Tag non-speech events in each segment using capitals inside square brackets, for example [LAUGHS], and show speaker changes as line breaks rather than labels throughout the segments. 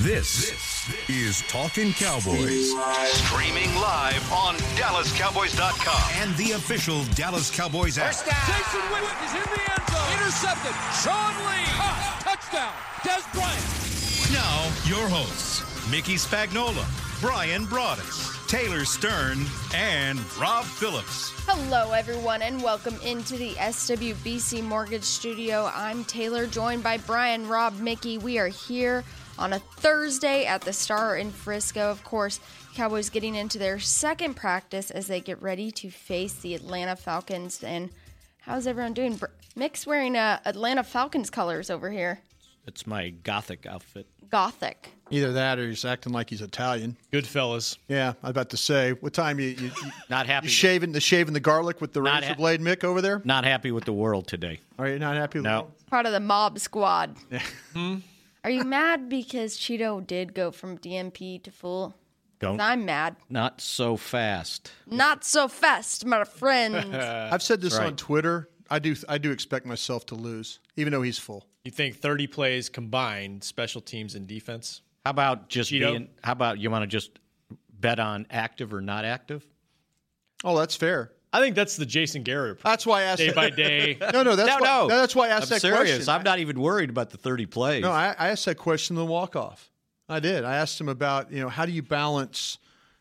This, this is Talking Cowboys
Streaming live on DallasCowboys.com.
and the official Dallas Cowboys app.
Jason Witten is in the end zone. Intercepted. Sean Lee. Caught. Touchdown. Des Bryant.
Now, your hosts, Mickey Spagnola, Brian Broaddus, Taylor Stern, and Rob Phillips.
Hello, everyone, and welcome into the SWBC Mortgage Studio. I'm Taylor, joined by Brian, Rob, Mickey. We are here on a Thursday at the Star in Frisco. Of course, Cowboys getting into their second practice as they get ready to face the Atlanta Falcons. And how's everyone doing? Br- Mick's wearing uh, Atlanta Falcons colors over here.
It's my gothic outfit.
Gothic.
Either that, or he's acting like he's Italian.
Good fellas.
Yeah, I was about to say. What time you, you, you
[LAUGHS] Not happy.
you shaving the shaving the garlic with the
Not
razor
ha-
blade, Mick, over there?
Not happy with the world today.
Are you not happy? with
No.
Part of the mob squad. Are you mad because Cheeto did go from DMP to full?
Don't.
I'm mad.
Not so fast.
Not so fast, my
[LAUGHS]
friend.
that? I've said this
Uh, right.
on Twitter. I do I do expect myself to lose, even though he's full.
You think 30 plays combined, special teams and defense?
How about just
Cheeto?
being? How about you want to just bet on active or not active?
Oh, that's fair.
I think that's the Jason
[LAUGHS]
Garrett approach.
That's why I asked.
day
that-
by day.
No, no, that's
no,
why,
no.
That's why I asked
I'm
that
serious.
question.
I'm not even worried about the 30 plays.
No, I, I asked that question in the walk off. I did. I asked him about you know how do you balance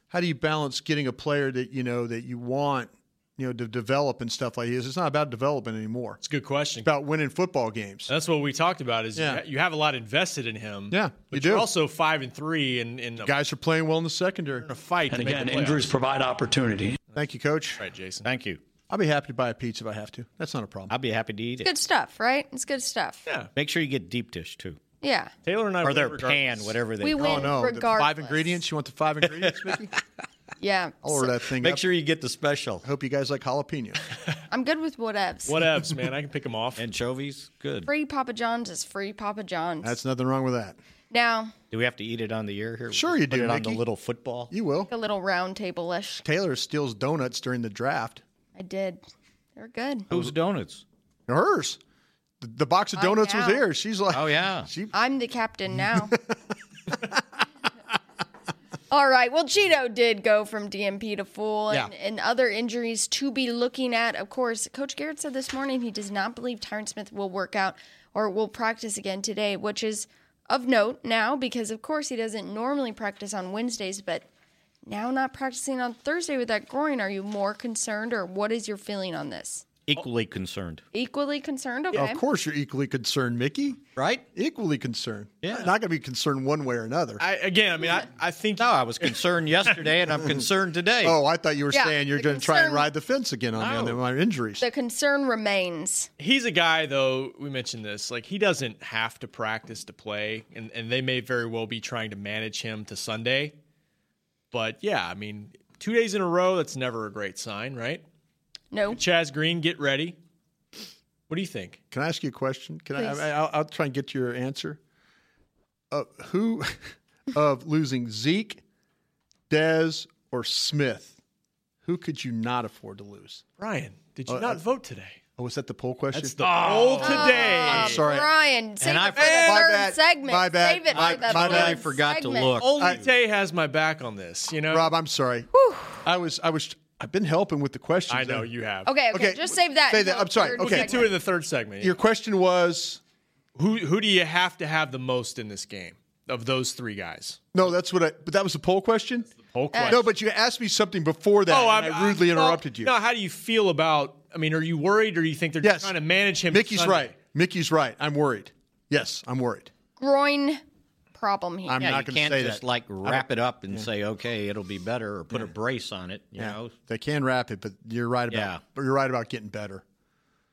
how do you balance getting a player that you know that you want you know to develop and stuff like this. It's not about development anymore.
It's a good question.
about winning football games.
Oh.
That's what we talked about. Is
Yeah.
you, ha- you have a lot invested in him.
Yeah,
but
you
are
do.
also five and three and in a
Guys are playing well in the secondary.
fight.
And
to make
again,
the playoffs.
injuries provide opportunity.
Thank you, coach.
Right, Jason.
Thank you.
I'll be happy to buy a pizza if I have to. That's not a problem.
I'll be happy to eat it.
good stuff, right? It's good stuff. Yeah.
Make sure you get deep dish too,
Taylor and I
or
win
their
regardless.
pan, whatever they.
We
oh
win
no, the
regardless.
five ingredients. You want the five ingredients,
[LAUGHS]
Mickey?
Yeah.
I'll order that thing.
Make
up.
sure you get the special
Hope you guys like
[LAUGHS]
jalapeno.
I'm good with whatevs.
Whatevs, man. I can pick them off.
anchovies. Good.
Free Papa John's is free Papa John's.
That's nothing wrong with that.
now,
Do we have to eat it on the air here?
Sure
Just
you
put
do,
it on the
Mickey.
little football.
You will.
a little round table ish.
Taylor steals donuts during the draft.
I did. They're good.
Who's donuts?
Hers. The, the box
Oh,
of donuts was
now.
here. She's like,
Oh yeah.
I'm the captain
[LAUGHS]
now. [LAUGHS] All right. Well, Cheeto did go from DMP to full, and,
Yeah.
and other injuries to be looking at. Of course, Coach Garrett said this morning he does not believe Tyron Smith will work out or will practice again today, which is of note now because, of course, he doesn't normally practice on Wednesdays, but now not practicing on Thursday with that groin. Are you more concerned, or what is your feeling on this?
Equally concerned,
Equally concerned. Okay.
of course you're equally concerned, Mickey.
right?
Equally concerned.
Yeah.
Not going to be concerned one way or another.
I, again, I mean, I, I think
No, I was concerned yesterday, and I'm concerned today.
oh, I thought you were
Yeah,
saying you're
the
going to try and
concern-
ride the fence again on me on
No.
my injuries.
The concern remains.
he's a guy though we mentioned this like he doesn't have to practice to play and, and they may very well be trying to manage him to sunday but yeah i mean two days in a row that's never a great sign right
No.
chaz green get ready what do you think
Can I ask you a question? Can
Please.
I? I I'll, I'll try and get your answer. Uh, who [LAUGHS] of losing Zeke, Dez, or Smith? Who could you not afford to lose?
brian did you not vote today
Oh, was that Uh, the Oh. poll question?
that's the poll today
Sorry.
Um, Brian, save
And I-
it for the
My
third
bad.
segment.
My bad.
Save it
My-
for the
my
third
bad.
I forgot to
segment.
look.
only tay has my back on this you know
Rob, I'm sorry. I was. I was. I've been helping with the questions.
i know
you.
you have
Okay, okay,
Okay,
Just save that.
say that.
until
I'm sorry.
third
Okay.
get to it in the third segment
Your question was
who who do you have to have the most in this game of those three guys
no. That's what I. But that was the poll question.
poll
Uh,
No, but you asked me something before that. and I rudely
Oh, well,
interrupted you.
No, how do you feel about? I mean, are you worried, or do you think they're
Yes.
trying to manage him? to
Mickey's
Sunday?
right. Mickey's right. I'm worried. Yes, I'm worried.
Groin problem here.
I'm
Yeah,
not
you
going to
can't
say
just
that.
like wrap it up and say, okay, it'll be better, or put a brace on it. You
Yeah.
know,
They can wrap it, but you're right about
Yeah.
but you're right about getting better.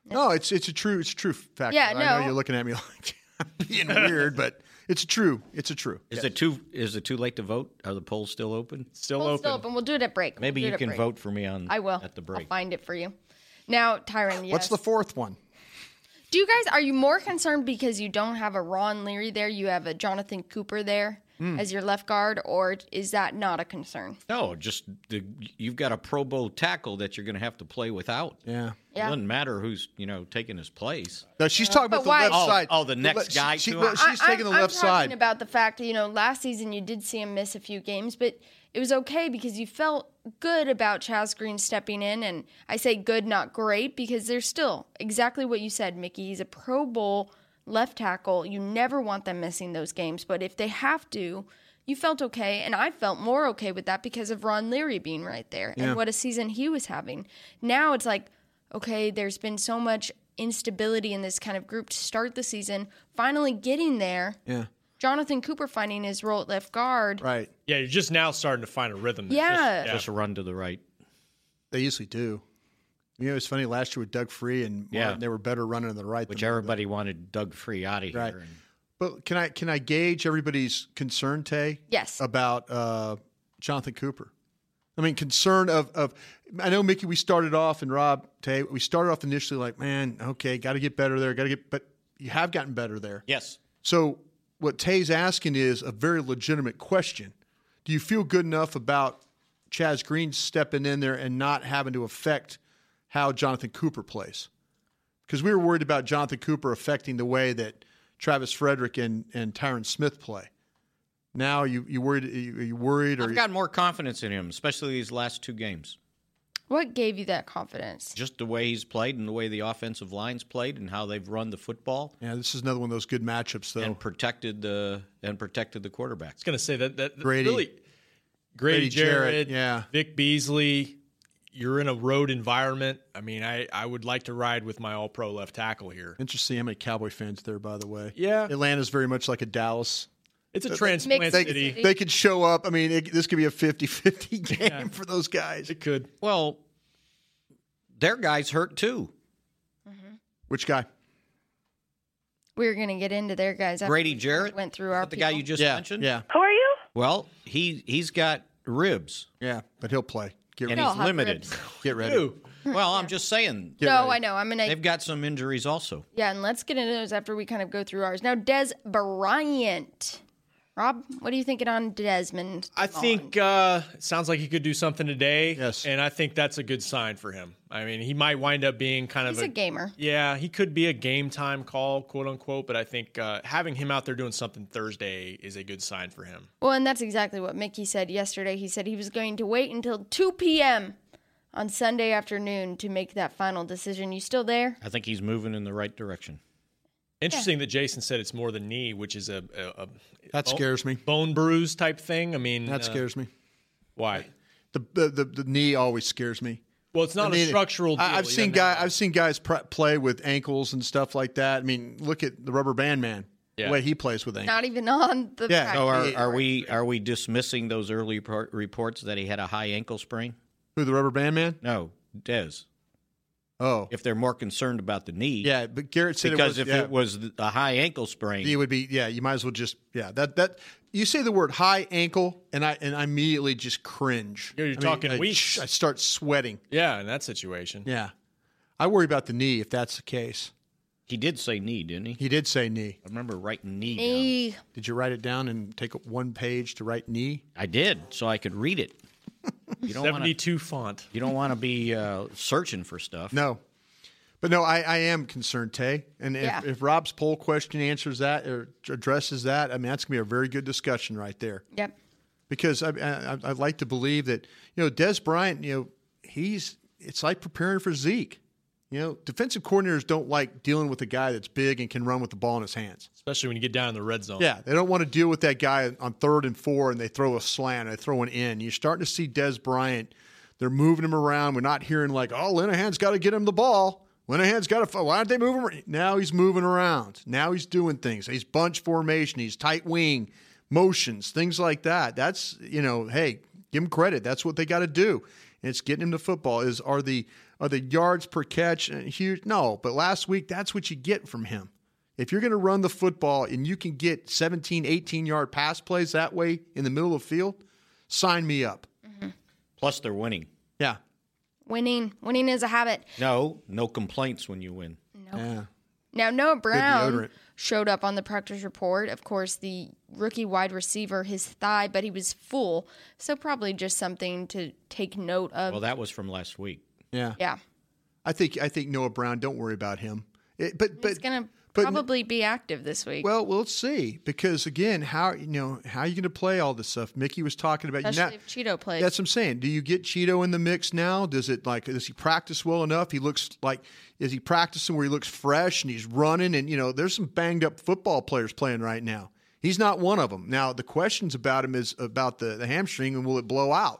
No, it's it's a true it's a true fact.
Yeah,
I
no.
know you're looking at me [LAUGHS] like I'm being weird, but it's true. It's a true.
is it too is it too late to vote? Are the polls still open?
Still
Hold
open.
still open. We'll do it at break. We'll
Maybe
do it
you
at
can
break.
vote for me on.
I will.
at the
I'll
break.
find it for you. Now, Tyron, yes.
What's the fourth one?
Do you guys are you more concerned because you don't have a Ron Leary there? You have a Jonathan Cooper there.
Hmm.
as your left guard, or is that not a concern?
No, just the, you've got a Pro Bowl tackle that you're going to have to play without.
Yeah.
Yeah.
It doesn't matter who's you know taking his place.
No, she's talking
But
about the
why-
left
Oh,
side.
oh, the next
le- she-
guy
She,
to
well,
him.
she's taking the
I'm-
left
I'm
side.
Talking about the fact that you know last season you did see him miss a few games, but it was okay because you felt good about Chaz Green stepping in, and I say good, not great, because there's still exactly what you said, Mickey. He's a Pro Bowl left tackle. You never want them missing those games, but if they have to. You felt okay, and I felt more okay with that because of Ron Leary being right there and what a season he was having. Now it's like, okay, there's been so much instability in this kind of group to start the season, finally getting there.
yeah.
Jonathan Cooper finding his role at left guard.
Right.
Yeah, you're just now starting to find a rhythm. It's
Yeah.
Just,
Just run to the right.
They usually do. You know, it's funny. Last year with Doug Free and
Yeah.
Martin, they were better running to the right.
Which
than-
everybody wanted Doug Free out of here.
Right.
and-
But can I can I gauge everybody's concern, Tay?
Yes.
About uh, Jonathan Cooper. I mean, concern of of. I know Mickey. We started off and Rob Tay. We started off initially like, man, okay, got to get better there. Got to get, but you have gotten better there.
Yes.
So what Tay's asking is a very legitimate question. Do you feel good enough about Chaz Green stepping in there and not having to affect how Jonathan Cooper plays? Because we were worried about Jonathan Cooper affecting the way that Travis Frederick and, and Tyron Smith play. Now you you worried are you, are you worried or
I've got more confidence in him, especially these last two games.
What gave you that confidence?
Just the way he's played and the way the offensive line's played and how they've run the football
yeah, this is another one of those good matchups though.
and protected the and protected the quarterback.
I was gonna say that that that
Grady.
really Grady,
Grady Jarrett,
Jarrett,
yeah.
Vic Beasley. You're in a road environment. I mean, I I would like to ride with my All Pro left tackle here.
Interesting how many Cowboy fans there by the way.
Yeah.
Atlanta's very much like a Dallas.
It's a transplant
Mixed
they,
city.
they could show up. I mean, it, this could be a [LAUGHS] 50-50 game for those guys.
It could.
Well, their guys hurt too.
Which guy?
We were going to get into there, guys. after
Brady
we
Jarrett
went through
Is
our
that the guy
people.
you just mentioned.
Yeah.
Who are you?
Well, he he's got ribs
Yeah. But he'll play. Get
and
ready.
all
he's
have
limited.
ribs.
[LAUGHS]
Get
[LAUGHS]
ready.
Ew.
Well, I'm just saying
Get
No,
ready.
I know. I'm gonna
they've got some injuries also.
yeah, and let's get into those after we kind of go through ours. Now, Des Bryant, Rob, what are you thinking on Desmond?
I think uh, it sounds like he could do something today.
Yes.
and I think that's a good sign for him. I mean, he might wind up being kind
he's
of
a gamer.
Yeah, he could be a game time call, quote unquote. But I think uh, having him out there doing something Thursday is a good sign for him.
Well, and that's exactly what Mickey said yesterday. He said he was going to wait until 2 p.m. on Sunday afternoon to make that final decision. You still there?
I think he's moving in the right direction.
Interesting that Jason said it's more the knee, which is a, a, a
That scares me.
bone bruise type thing. I mean,
That
uh,
scares me.
why?
The, the the the knee always scares me.
Well, it's not
I mean,
a structural. Deal
I, I've
you
seen
don't know.
guy. I've seen guys pr- play with ankles and stuff like that. I mean, look at the rubber band man.
Yeah.
The way he plays with ankles.
Not even on the
Yeah,
practice
So are,
report.
are we are we dismissing those early par- reports that he had a high ankle sprain?
Who the rubber band man?
No, Dez.
Oh,
If they're more concerned about the knee,
yeah. But Garrett said
because
it
if
was, yeah.
it was th- a high ankle sprain,
It would be yeah. You might as well just yeah. That that you say the word high ankle and I and I immediately just cringe.
Yeah, you're
I
talking
I,
weeks.
I start sweating.
Yeah, in that situation.
Yeah, I worry about the knee if that's the case.
he did say knee, didn't he?
He did say knee.
I remember writing knee. down.
Knee.
Did you write it down and take one page to write knee?
I did, so I could read it. You don't want to.
Seventy-two font.
You don't want to be uh, searching for stuff.
No, but no, I, I am concerned, Tay. And if,
Yeah.
if Rob's poll question answers that or addresses that, I mean that's gonna be a very good discussion right there.
Yep.
because I, I, I'd like to believe that you know Des Bryant, you know, he's it's like preparing for Zeke. You know, defensive coordinators don't like dealing with a guy that's big and can run with the ball in his hands.
Especially when you get down in the red zone.
Yeah, they don't want to deal with that guy on third and four, and they throw a slant, they throw an in. You're starting to see Des Bryant. They're moving him around. We're not hearing like, "Oh, Linehan's got to get him the ball." Linehan's got to. Why aren't they moving? Around? Now he's moving around. Now he's doing things. He's bunch formation. He's tight wing motions, things like that. That's you know, hey, give him credit. That's what they got to do. And it's getting him the football. Is are the are the yards per catch uh, huge? No, but last week that's what you get from him. If you're going to run the football and you can get 17, 18 yard pass plays that way in the middle of the field, sign me up.
Plus, they're winning.
Yeah.
Winning. Winning is a habit.
No, no complaints when you win.
Yeah.
Now Noah Brown
deodorant.
showed up on the practice report. Of course, the rookie wide receiver, his thigh, but he was full. So probably just something to take note of.
Well, that was from last week.
Yeah.
yeah.
I think I think Noah Brown. Don't worry about him. It, but but
He's going to
but-
probably be active this week.
well, we'll see because again, how you know how are you going to play all this stuff? Mickey was talking about
especially
you're not-
if Cheeto plays.
That's what I'm saying. Do you get Cheeto in the mix now? Does it like does he practice well enough? He looks like is he practicing where he looks fresh and he's running and you know there's some banged up football players playing right now. He's not one of them. Now the questions about him is about the, the hamstring and will it blow out?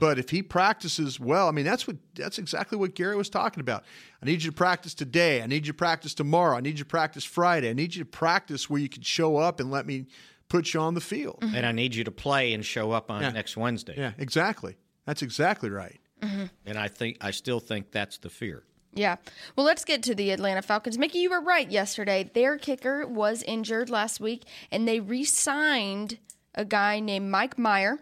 But if he practices well, I mean that's what that's exactly what Gary was talking about. I need you to practice today. I need you to practice tomorrow. I need you to practice Friday. I need you to practice where you can show up and let me put you on the field.
And I need you to play and show up on
Yeah.
next Wednesday.
Yeah, exactly. That's exactly right.
And I think I still think that's the fear.
Yeah. Well, let's get to the Atlanta Falcons. Mickey, you were right yesterday. Their kicker was injured last week, and they re signed a guy named Mike Meyer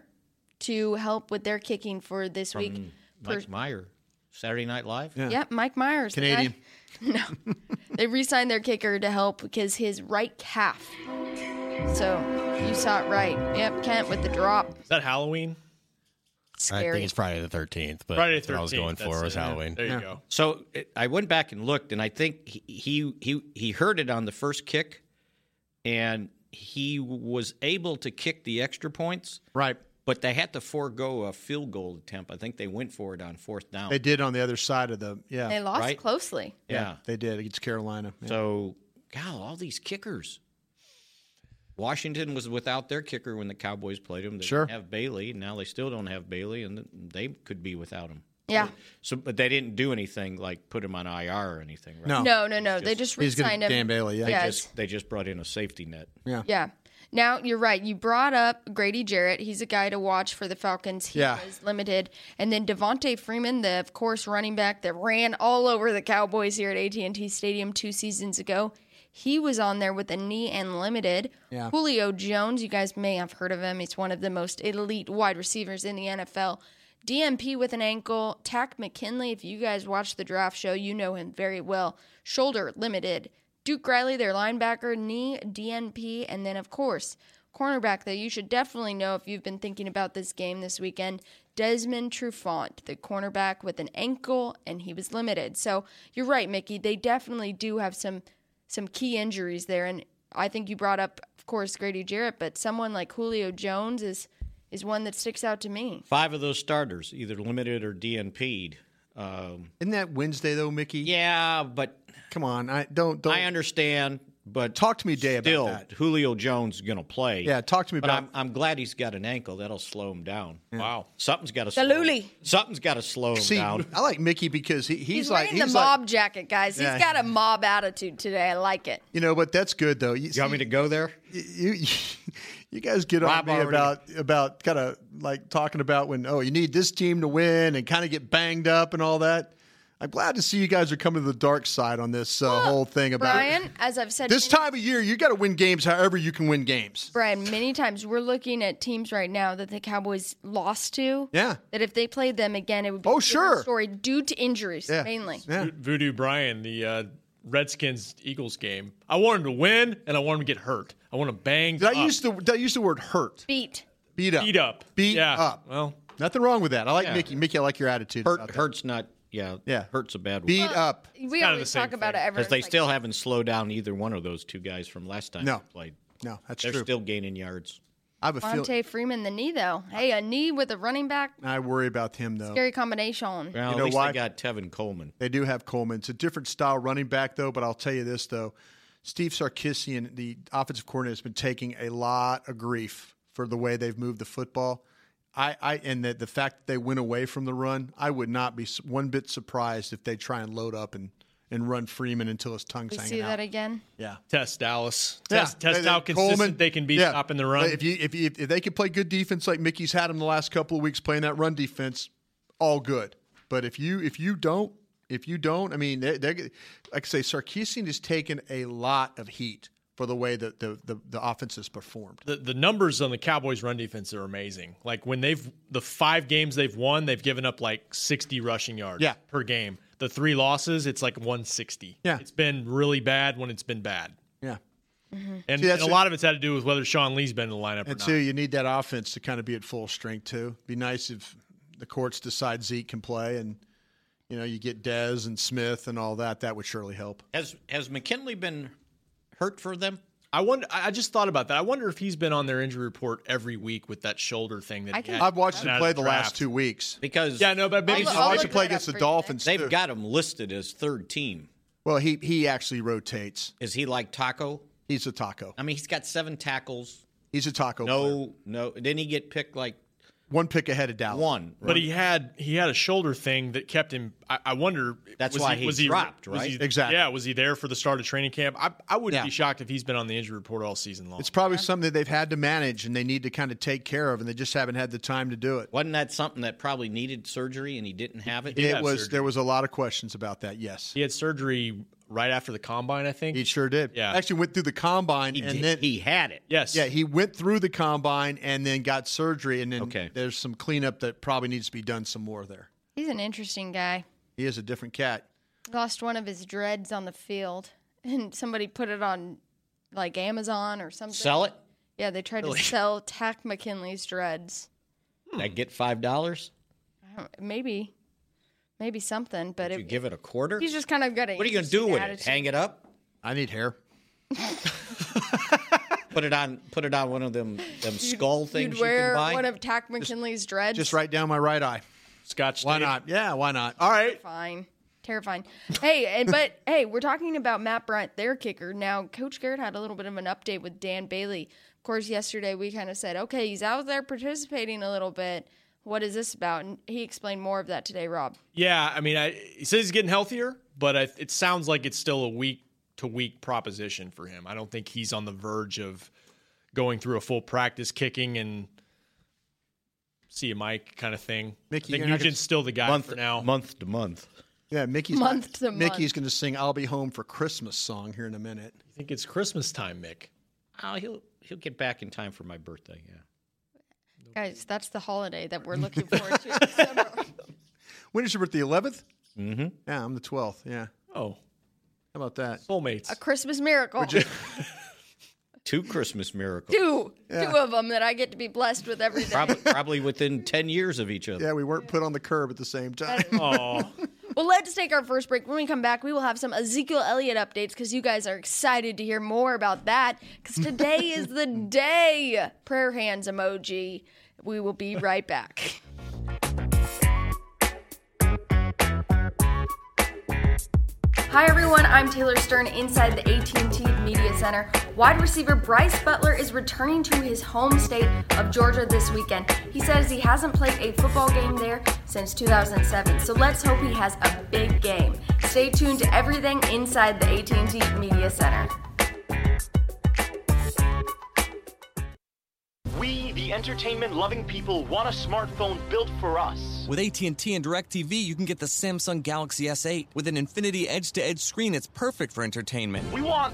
to help with their kicking for this week.
Mike Meyer, Saturday Night Live.
Yep, Mike Myers. the guy-
Canadian.
[LAUGHS] no. they re signed their kicker to help because his right calf. So you saw it right. Yep, Kent with the drop.
Is that Halloween?
I think
Scary.
it's Friday the 13th, but
Friday
that's what I was going for was Halloween.
There you go.
So it, I went back and looked, and I think he, he he he heard it on the first kick, and he was able to kick the extra points,
Right.
but they had to forego a field goal attempt. I think they went for it on fourth down.
They did on the other side of the yeah.
They lost
Right.
closely.
yeah.
They did against Carolina. Yeah.
So, God, all these kickers. Washington was without their kicker when the Cowboys played him. They
Sure.
didn't have Bailey. and Now they still don't have Bailey, and they could be without him.
Yeah.
So, but they didn't do anything like put him on IR or anything. Right?
No.
No, no, no. They just re
He's gonna
signed him.
Dan Bailey, yeah. They
They
Yeah, it's-
just they just brought in a safety net.
Yeah. Now you're right. You brought up Grady Jarrett. He's a guy to watch for the Falcons. He
Yeah.
was limited, and then Devontae Freeman, the of course running back that ran all over the Cowboys here at AT&T Stadium two seasons ago. He was on there with a knee and limited.
Yeah.
Julio Jones, you guys may have heard of him. He's one of the most elite wide receivers in the NFL. DMP with an ankle. Tack McKinley, if you guys watch the draft show, you know him very well. Shoulder limited. Duke Riley, their linebacker, knee, DNP, and then, of course, cornerback that you should definitely know if you've been thinking about this game this weekend. Desmond Trufant, the cornerback with an ankle, and he was limited. So you're right, Mickey. They definitely do have some some key injuries there, and I think you brought up, of course, Grady Jarrett, but someone like Julio Jones is is one that sticks out to me.
Five of those starters, either limited or DNP'd. Um,
Isn't that Wednesday though, Mickey?
yeah, but
Come on. I don't don't
I understand. But
talk to me day about
still,
that.
Julio Jones is going to play.
Yeah, talk to me
But
about-
I'm, I'm glad he's got an ankle. That'll slow him down.
Wow.
Something's got to slow.
Absolutely.
Something's got to slow him
See,
down.
I like Mickey because he, he's,
He's,
like
wearing
he's
the
like
mob jacket, guys.
Yeah.
He's got a mob attitude today. I like it.
you know, but that's good though. [LAUGHS] You,
You want me to go there?
you, you, [LAUGHS] you guys get on
Rob
me
already-
about about kind of like talking about when oh you need this team to win and kind of get banged up and all that. I'm glad to see you guys are coming to the dark side on this uh, whole thing about
Brian, as I've said
This
many-
time of year, you got to win games however you can win games.
Brian, many times we're looking at teams right now that the Cowboys lost to.
Yeah.
That if they played them again, it would be
Oh,
a different
sure.
story due to injuries
Yeah.
mainly.
Yeah.
Voodoo Brian, the uh, Redskins Eagles game. I want him to win, and I want him to get hurt. I want to bang.
Did I use the did I use the word hurt?
Beat.
Beat up.
beat up?
Beat
yeah.
up.
Well,
Nothing wrong with that. I like
Yeah.
Mickey. Mickey, I like your attitude. about
Hurt,
that.
hurts not. Yeah.
Yeah.
Hurts a bad
Beat
word.
up.
We
kinda
always
the same
talk about it
thing.
ever.
Because they
It's like,
still haven't slowed down either one of those two guys from last time
No.
they played.
No, that's
They're
true.
still gaining yards.
I have a feeling.
Monte Freeman the knee though. Hey, a knee with a running back,
I worry about him though.
scary combination.
Well,
know
at least
why?
they got Tevin Coleman.
They do have Coleman. It's a different style running back though. But I'll tell you this though, Steve Sarkisian, the offensive coordinator, has been taking a lot of grief for the way they've moved the football. I, I and the, the fact that they went away from the run, I would not be s- one bit surprised if they try and load up and, and run Freeman until his tongue's
We
hanging
see
out.
that again.
test Dallas.
Yeah.
Test, test
They-
how consistent
Coleman-
they can be
yeah.
stopping the run.
If you if, you, if they can play good defense like Mickey's had them the last couple of weeks playing that run defense, all good. But if you if you don't if you don't, I mean, they they're, like I say, Sarkisian has taken a lot of heat for the way that the the, the offense has performed.
the, the numbers on the Cowboys run defense are amazing. Like when they've the five games they've won, they've given up like 60 rushing yards
Yeah.
per game. The three losses, it's like 160.
Yeah.
It's been really bad when it's been bad.
Yeah.
And,
See,
and
that's
a
what-
lot of it's had to do with whether Sean Lee's been in the lineup
And
or
two,
not.
you need that offense to kind of be at full strength too. Be nice if the courts decide Zeke can play, and you know you get Dez and Smith and all that. That would surely help.
Has has McKinley been hurt for them?
I wonder. I I just thought about that. I wonder if he's been on their injury report every week with that shoulder thing. That
I
he
can-
had.
I've watched
Out
him
of
play
the
the last
draft.
two weeks.
Because
Yeah, no, but maybe
I'll-
I
I'll
watched
look
him play
that up
against the
for you,
Dolphins.
they've
too.
got him listed as third team.
well, he he actually rotates.
Is he like Taco?
He's a taco.
I mean, he's got seven tackles.
He's a taco. player.
No, no. Didn't he get picked like
one pick ahead of Dallas.
one?
But he had he had a shoulder thing that kept him. I, I wonder.
That's
was
why he
was
dropped,
was
right?
he-
Exactly.
Yeah. Was he there for the start of training camp? I, I wouldn't
Yeah.
be shocked if he's been on the injury report all season long.
It's probably something that they've had to manage and they need to kind of take care of, and they just haven't had the time to do it.
Wasn't that something that probably needed surgery and he didn't have it?
It
have
was
surgery.
there was a lot of questions about that. Yes,
he had surgery right after the combine, I think.
he sure did.
Yeah.
actually went through the combine
He,
and
did-
then
he had it.
yes.
Yeah, he went through the combine and then got surgery, and then
Okay.
there's some cleanup that probably needs to be done some more there.
He's an interesting guy.
He is a different cat.
Lost one of his dreads on the field, [LAUGHS] and somebody put it on like Amazon or something.
Sell it.
Yeah, they tried to sell Tack McKinley's dreads. Hmm.
I get five dollars.
I don't- Maybe, maybe something, but
You
it,
give it a quarter.
he's just kind of got a.
what are you gonna do with it? Hang it up?
I need hair.
Put it on? Put it on one of them them skull
[LAUGHS]
things
You'd
you
wear
can buy?
one of Tack McKinley's dreads.
Just right down my right eye.
Scotch.
Why
tape.
not? Yeah, why not? All right.
Fine. Terrifying. Hey, and but hey, we're talking about Matt Bryant, their kicker. Now, Coach Garrett had a little bit of an update with Dan Bailey. Of course, yesterday we kind of said, okay, he's out there participating a little bit. What is this about? And he explained more of that today, Rob.
Yeah, I mean, I, he says he's getting healthier, but I, it sounds like it's still a week to week proposition for him. I don't think he's on the verge of going through a full practice kicking and see a mic kind of thing.
Mickey,
I think
you're not
Nugent's still the guy
month
for now.
month to month.
Yeah, Mickey's
Month to
Mickey's
month.
going to sing "I'll Be Home for Christmas" song here in a minute.
I think it's Christmas time, Mick.
Oh, he'll he'll get back in time for my birthday. Yeah.
Guys, that's the holiday that we're looking forward to. in December.
When is your birthday? Eleventh. Mm-hmm. Yeah, I'm the twelfth. Yeah.
Oh,
How about that?
soulmates.
Christmas miracle.
Two Christmas miracles.
Two. Two of them that I get to be blessed with every day.
[LAUGHS] Probably, probably within 10 years of each other.
Yeah, we weren't put on the curb at the same time.
Oh,
Well, let's take our first break. When we come back, we will have some Ezekiel Elliott updates because you guys are excited to hear more about that. Because today is the day. Prayer hands emoji. We will be right back. Hi everyone, I'm Taylor Stern inside the AT&T Media Center. Wide receiver Bryce Butler is returning to his home state of Georgia this weekend. He says he hasn't played a football game there since 2007. So let's hope he has a big game. Stay tuned to everything inside the AT&T Media Center.
We, the entertainment-loving people, want a smartphone built for us.
With AT&T and DirecTV, you can get the Samsung Galaxy S8 with an Infinity edge-to-edge screen. It's perfect for entertainment.
We want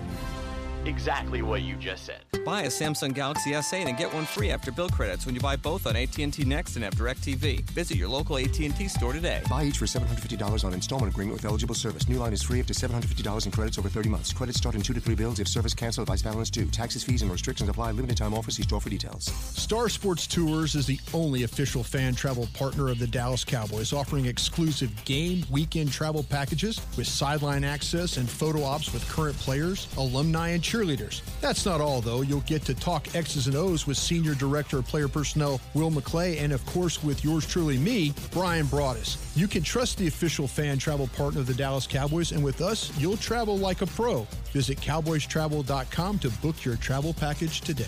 exactly what you just said.
Buy a Samsung Galaxy S8 and get one free after bill credits when you buy both on AT&T Next and app DirecTV. Visit your local AT&T store today.
Buy each for $750 on installment agreement with eligible service. New line is free up to $750 in credits over 30 months. Credits start in two to three bills if service canceled by balance due. Taxes, fees, and restrictions apply. Limited time offer. See store for details.
Star Sports Tours is the only official fan travel partner of the Dallas Cowboys, offering exclusive game, weekend travel packages with sideline access and photo ops with current players, alumni, and cheerleaders. That's not all, though. You'll get to talk X's and O's with Senior Director of Player Personnel Will McClay, and of course, with yours truly, me, Brian Broaddus. You can trust the official fan travel partner of the Dallas Cowboys, and with us, you'll travel like a pro. Visit cowboystravel.com to book your travel package today.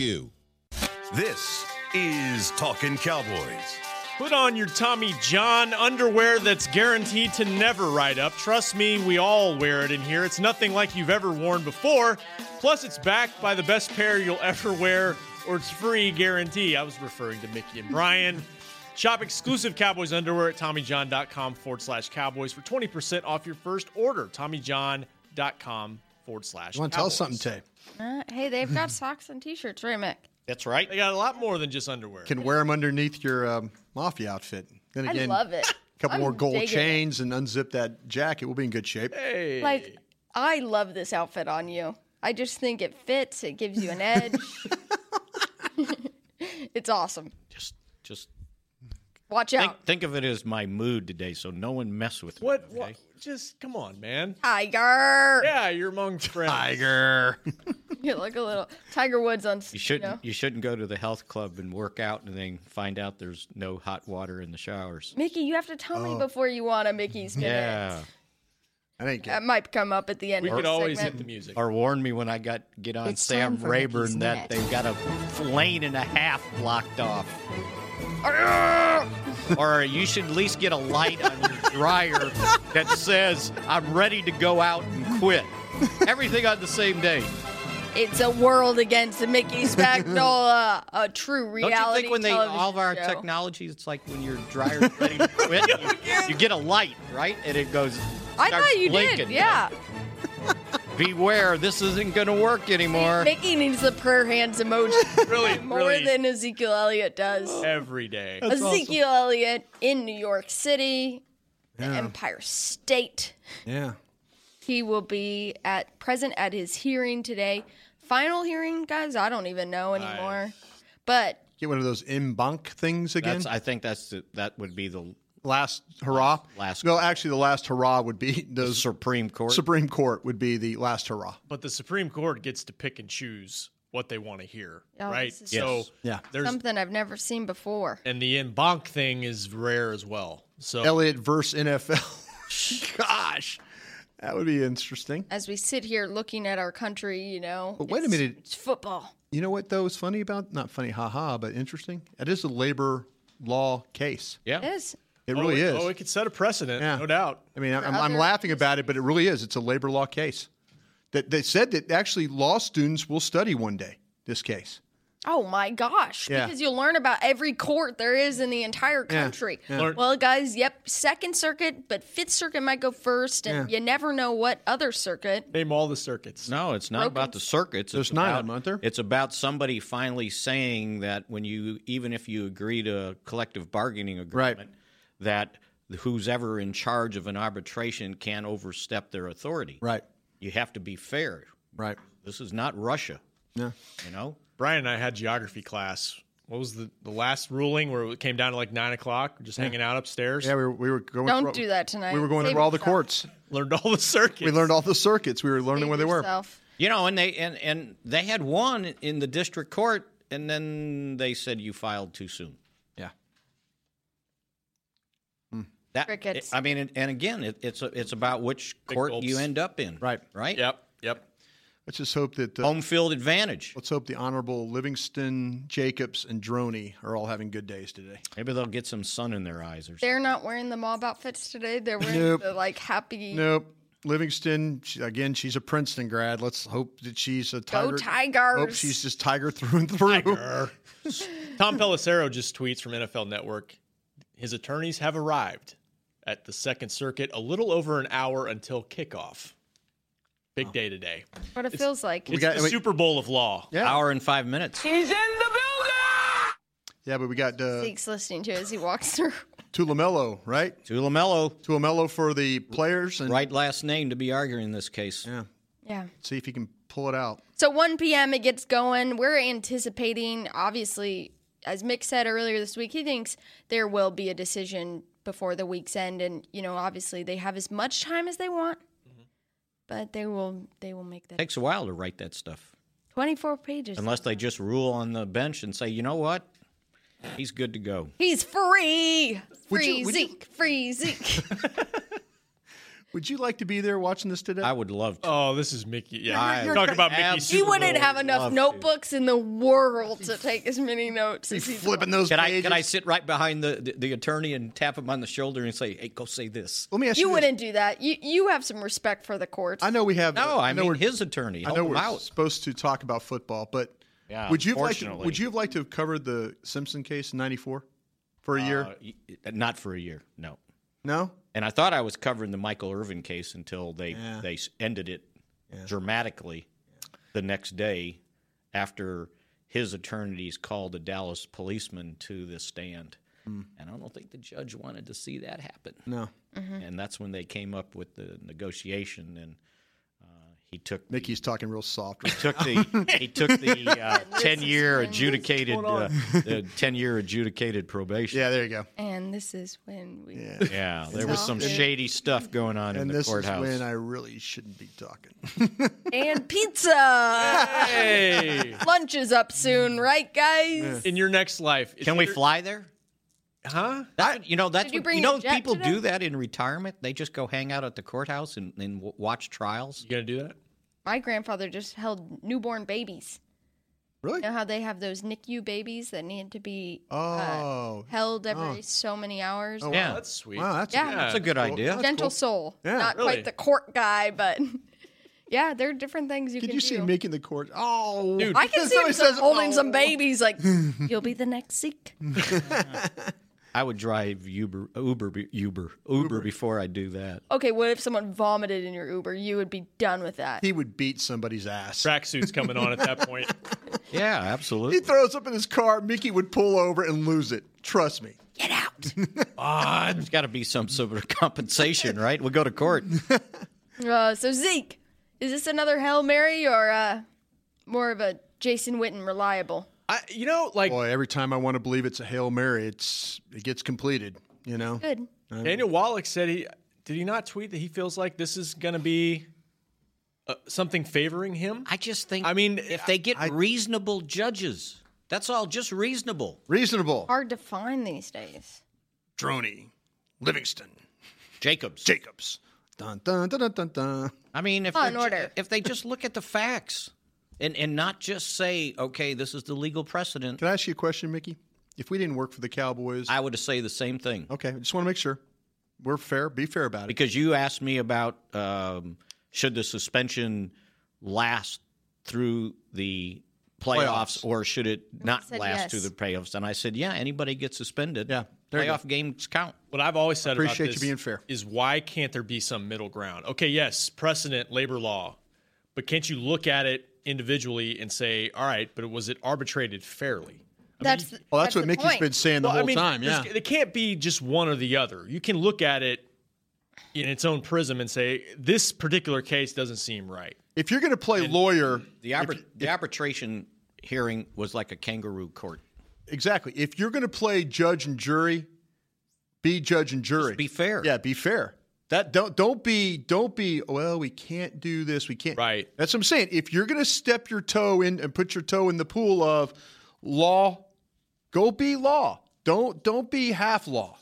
you.
This is Talking Cowboys.
Put on your Tommy John underwear that's guaranteed to never ride up. Trust me, we all wear it in here. It's nothing like you've ever worn before. Plus, it's backed by the best pair you'll ever wear, or it's free guarantee. I was referring to Mickey and Brian. Shop exclusive Cowboys underwear at TommyJohn.com forward slash Cowboys for 20% off your first order. TommyJohn.com forward slash
You want to tell us something, Tay?
Uh, hey, they've got socks and t-shirts, right, Mick?
That's right.
They got a lot more than just underwear.
Can wear them underneath your um, mafia outfit. Then
I
again,
love it.
A couple
I'm
more gold
digging it.
chains and unzip that jacket. We'll be in good shape.
Hey.
Like, I love this outfit on you. I just think it fits. It gives you
[LAUGHS]
an edge. [LAUGHS] it's awesome.
Just
Watch out.
think, think of it as my mood today, so no one mess with me.
What? what just come on, man.
Tiger.
Yeah, you're among friends.
Tiger.
[LAUGHS] You look a little Tiger Woods on.
You shouldn't. You shouldn't go to the health club and work out, and then find out there's no hot water in the showers.
Mickey, you have to tell me
Oh.
before you want a Mickey's minute.
Yeah.
I think
That might come up at the end. of the segment.
music.
Or warn me when I got get on
It's
Sam
time for Mickey's
Rayburn that
Minute.
they've got a lane and a half blocked
[LAUGHS]
off. or you should at least get a light on your dryer that says, I'm ready to go out and quit. Everything on the same day.
It's a world against Mickey Spagnola, a true reality.
Don't you think when they
television
all of our
show.
technology, it's like when your dryer's ready
[LAUGHS]
to quit, you, you get a light, right? And it goes.
I
starts
thought you did.
blinking.
Yeah.
Beware, this isn't going to work anymore.
Mickey needs the prayer hands emoji
really,
more
really.
than Ezekiel Elliott does.
Every day.
Ezekiel Elliott in New York City, the Empire State.
Yeah.
He will be at present at his hearing today. Final hearing, guys. I don't even know anymore. But
Get one of those in bank things again.
That's- I think that's the, that would be the
last hurrah. Last. No, actually, the last hurrah would be the
Supreme Court.
Supreme Court would be the last hurrah.
But the Supreme Court gets to pick and choose what they want to hear,
Oh,
right?
this is
So
yeah,
there's
something I've never seen before.
and the en banc thing is rare as well. So
Elliott versus NFL. [LAUGHS] Gosh, that would be interesting.
As we sit here looking at our country, you know,
But wait a
it's-
minute.
it's football.
You know what though is funny about not funny, haha, but interesting. It is a labor law case.
Yeah,
It is.
It really
oh,
is.
Oh, it could set a precedent, no doubt.
I mean, I'm,
For
I'm,
other-
laughing about it, but it really is. It's a labor law case. That they said that actually law students will study one day this case.
Oh my gosh!
Yeah.
Because you'll learn about every court there is in the entire
Yeah,
country.
yeah. Learn-
Well, guys, yep, Second Circuit, but Fifth Circuit might go first, and
Yeah.
you never know what other circuit.
Name all the circuits.
No, it's not about the circuits. There's
nine of
about, aren't there? It's about somebody finally saying that when you, even if you agree to a collective bargaining agreement, that who's ever in charge of an arbitration can overstep their authority.
Right.
You have to be fair.
Right.
This is not Russia.
Yeah.
You know?
Brian and I had geography class. What was the, the last ruling where it came down to like nine o'clock, just hanging out upstairs?
Yeah, we were, we were going.
Don't
through-
do that tonight.
We were going
Save
through all the
yourself.
courts.
Learned all the circuits.
We learned all the circuits. We were learning where they were.
You know, and they and, and they had one in the district court, and then they said you filed too soon.
Yeah.
That,
Crickets.
I mean, and, and again, it, it's it's about which court you end up in. Right. Right.
Yep. Yep.
Let's just hope that the
home field advantage.
Let's hope the honorable Livingston, Jacobs, and Droney are all having good days today.
Maybe they'll get some sun in their eyes or
They're not wearing the mob outfits today. They're wearing
Nope.
the like happy
Nope. Livingston, she, again, she's a Princeton grad. Let's hope that she's a tiger.
Tigers.
Hope she's just tiger through and through.
[LAUGHS] Tom Pelissero just tweets from NFL Network. His attorneys have arrived at the Second Circuit a little over an hour until kickoff. Big day today.
what it feels like.
It's the Super Bowl of law.
Yeah.
Hour and five minutes.
He's in the building.
Yeah, but we got uh,
Zeke's listening to it as he walks through.
Tulamelo, right?
Tulamelo.
Tulamelo for the players and
right last name to be arguing this case.
[LAUGHS] Yeah.
Yeah.
See if he can pull it out.
So 1 p.m. it gets going. We're anticipating, obviously, as Mick said earlier this week, he thinks there will be a decision before the week's end, and you know, obviously, they have as much time as they want,
Mm-hmm.
but they will they will make that
Takes a while to write that stuff,
24 pages.
unless they just rule on the bench and say, you know what, he's good to go.
He's free,
Would
free
you- would you-
Zeke, free Zeke.
[LAUGHS] Would you like to be there watching this today?
I would love to.
Oh, this is Mickey. Yeah,
You're- you're
talk
cra-
about
Ab-
Mickey.
He
Super
wouldn't
Bowl.
have enough
love to.
notebooks in the world to take as many notes as he
flipping those
can I, can I sit right behind the, the, the attorney and tap him on the shoulder and say, hey, go say this?
Let me
You wouldn't do that. You you have some respect for the courts.
I know we have.
No, I
know
mean
we're-
his attorney.
I
Help
know
him
we're
out.
supposed to talk about football, but
Yeah,
would you have liked to,
fortunately.
would you have liked to have covered the Simpson case in '94 for a year?
Uh, y- not for a year, no.
No.
And I thought I was covering the Michael Irvin case until they
Yeah.
they s- ended it dramatically the next day after his attorneys called a Dallas policeman to the stand.
Hmm.
And I don't think the judge wanted to see that happen.
No.
And that's when they came up with the negotiation, and uh, he took
Mickey's talking real soft.
[LAUGHS] He [LAUGHS] took the
[LAUGHS]
he took the uh, ten year adjudicated uh, the ten year adjudicated probation.
Yeah, there you go.
And this is when we
Yeah, there was some shady stuff going on in
and
the
this
courthouse.
is when I really shouldn't be talking. [LAUGHS]
and pizza.
Hey.
Lunch is up soon,
Mm.
right, guys?
In your next life,
Can we fly there?
Huh?
That's what- you know that's
Did you
what-
bring
know
your jet
people
today?
do that in retirement. They just go hang out at the courthouse and, and w- watch trials. You
gonna do that?
My grandfather just held newborn babies.
Really?
You know how they have those NICU babies that need to be uh,
Oh.
held every
Oh.
so many hours?
Oh, wow, Yeah. that's sweet. Wow, that's a-
yeah.
That's a good idea.
Gentle soul.
Yeah.
Not
Really?
quite the court guy, but [LAUGHS] yeah, there are different things you
Could
can
you
do.
see Mickey in the court? Oh, [LAUGHS]
I can see
Somebody
him
says,
holding
"Oh."
some babies
[LAUGHS]
like, you'll be the next Zeke.
I would drive Uber Uber be- Uber Uber before I do that.
Okay, what if someone vomited in your Uber? You would be done with that.
He would beat somebody's ass.
Tracksuit's coming on at that point.
Yeah,
He
absolutely.
throws up in his car. Mickey would pull over and lose it. Trust me.
There's got to be some sort of compensation, right? We'll go to court.
Uh, so Zeke, is this another Hail Mary or uh, more of a Jason Witten reliable?
I, you know, like
boy, every time I want to believe it's a hail mary, it's it gets completed. You know.
Good.
I-
Daniel Wallach said he did he not tweet that he feels like this is going to be uh, something favoring him.
I just think.
I mean,
if they get reasonable judges, that's all. Just reasonable.
Reasonable.
Hard to find these days.
Droney, Livingston,
Jacobs.
Jacobs. Dun dun dun dun dun. dun.
I mean, if
Law
they
and
ju-
order.
if they just look at the facts and and not just say, okay, this is the legal precedent,
Can I ask you a question, Mickey? If we didn't work for the Cowboys,
I would say the same thing.
okay. I just want to make sure we're fair. Be fair about it.
Because you asked me about um, should the suspension last through the playoffs,
Playoffs.
or should it not
said
last
yes.
through the playoffs? And I said, yeah, anybody gets suspended.
Yeah, there you go.
playoff games count.
What I've always said
Appreciate
about
you
this
being fair.
is why can't there be some middle ground? Okay, yes, precedent, labor law, but can't you look at it individually and say, all right, but was it arbitrated fairly?
That's the,
Well, that's, what
the
Mickey's
point.
been saying the
Well,
whole
I mean,
time. Yeah.
there's- It can't be just one or the other. You can look at it in its own prism and say, this particular case doesn't seem right.
If you're going to play lawyer,
The, arbit- the arbitration hearing was like a kangaroo court.
exactly. If you're going to play judge and jury, be judge and jury.
Be fair.
Yeah, be fair. That don't don't be don't be well, we can't do this, we can't.
Right.
That's what I'm saying. If you're going to step your toe in and put your toe in the pool of law, go be law. Don't don't be half law.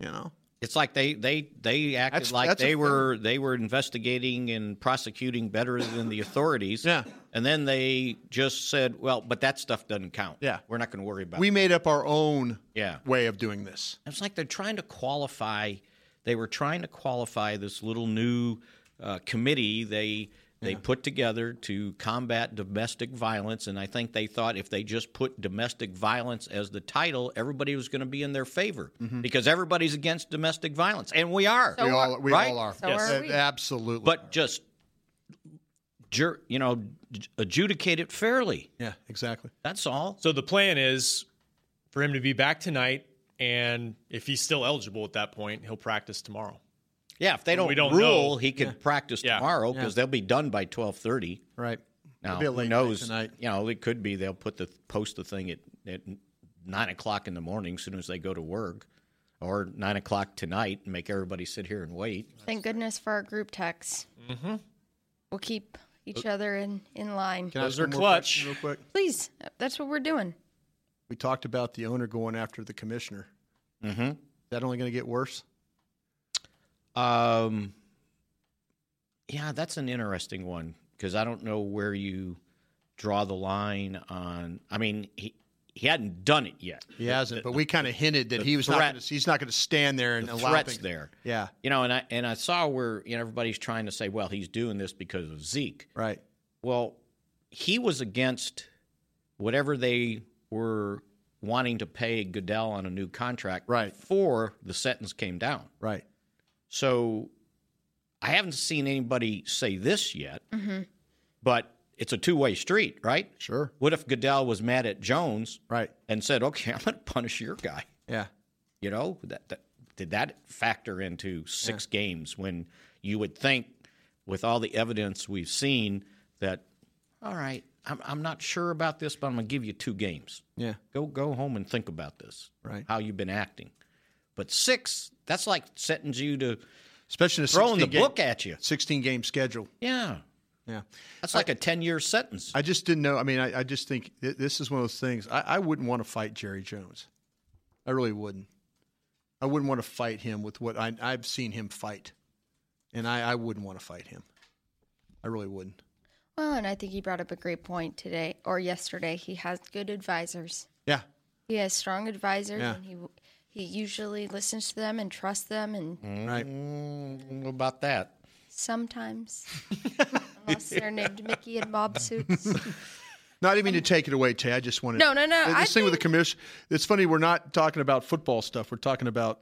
You know.
It's like they they they acted
That's-
like
that's a
they
fair-
were they were investigating and prosecuting better than the authorities.
Yeah.
And then they just said, "Well, but that stuff doesn't count.
Yeah.
We're not going to worry about
We
it."
made up our own
Yeah.
way of doing this.
It's like they're trying to qualify. They were trying to qualify this little new uh, committee they they put together to combat domestic violence, and I think they thought if they just put domestic violence as the title, everybody was going to be in their favor
Mm-hmm.
because everybody's against domestic violence, and we are.
So
we all we
right?
all are.
So Yes. are
Uh,
we.
Absolutely.
but just jur- you know adjudicate it fairly
yeah, exactly.
that's all
So the plan is for him to be back tonight, and if he's still eligible at that point, he'll practice tomorrow.
Yeah, if they don't,
We don't
rule,
know.
he could practice tomorrow because
Yeah.
they'll be done by twelve thirty.
Right.
Now
It'll be a
who
late night
knows?
tonight.
You know, it could be they'll put the post the thing at, at nine o'clock in the morning, soon as they go to work, or nine o'clock tonight, and make everybody sit here and wait.
Thank goodness for our group texts.
Mm-hmm.
We'll keep each other in, in line.
Uh, Can I ask one more question Real quick.
Please. That's what we're doing.
We talked about the owner going after the commissioner.
Mm-hmm.
Is that only going to get worse?
Um, yeah, that's an interesting one because I don't know where you draw the line on. I mean, he he hadn't done it yet.
He hasn't, but we kind of hinted that
the
he was not
threat-
gonna, he's not going to stand there and
the
allow
threats
things-
there.
Yeah.
You know, and I and I saw where you know everybody's trying to say, well, he's doing this because of Zeke.
Right.
Well, he was against whatever they were wanting to pay Goodell on a new contract right. before the sentence came down.
Right.
So I haven't seen anybody say this yet,
Mm-hmm.
but it's a two-way street, right?
Sure.
What if Goodell was mad at Jones
right.
and said, "Okay, I'm going to punish your guy."
Yeah.
You know, that, that did that factor into six games when you would think, with all the evidence we've seen, that all right, I'm, I'm not sure about this, but I'm going to give you two games.
Yeah.
Go go home and think about this.
Right.
How you've been acting. But six, that's like sentencing you to
especially
throwing the book at you.
16 game schedule.
Yeah.
Yeah.
That's like a 10 year sentence.
I just didn't know. I mean, I, I just think th- this is one of those things. I, I wouldn't want to fight Jerry Jones. I really wouldn't. I wouldn't want to fight him with what I, I've seen him fight. And I, I wouldn't want to fight him. I really wouldn't.
Well, and I think he brought up a great point today or yesterday. He has good advisors.
Yeah.
He has strong advisors,
Yeah.
and he he usually listens to them and trusts them, and
Right.
about that?
sometimes, unless they're named Mickey and Bob suits.
No, I didn't mean to take it away, Tay. I just wanted
No, no, no,
This
I
thing with the commission. It's funny. We're not talking about football stuff. We're talking about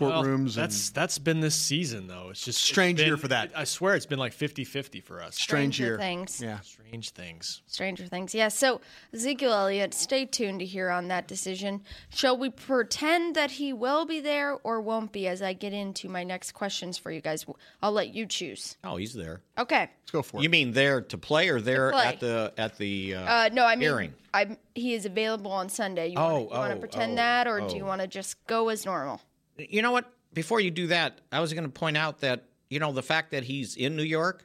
Well,
courtrooms.
that's
and
that's been this season though. It's just it's
Strange year
been-
for that.
I swear it's been like 50-50 for us.
Strange Stranger year. things.
Yeah.
Strange things.
Stranger Things. Yeah, so Ezekiel Elliott, stay tuned to hear on that decision. Shall we pretend that he will be there or won't be as I get into my next questions for you guys? I'll let you choose.
Oh, he's there.
Okay.
Let's go for
You mean there to play or there
play.
at the at the uh,
Uh, no, I mean,
hearing?
I'm, he is available on Sunday. You
Oh,
want to
oh,
pretend
oh,
that or
oh.
do you want to just go as normal?
You know what? Before you do that, I was going to point out that you know the fact that he's in New York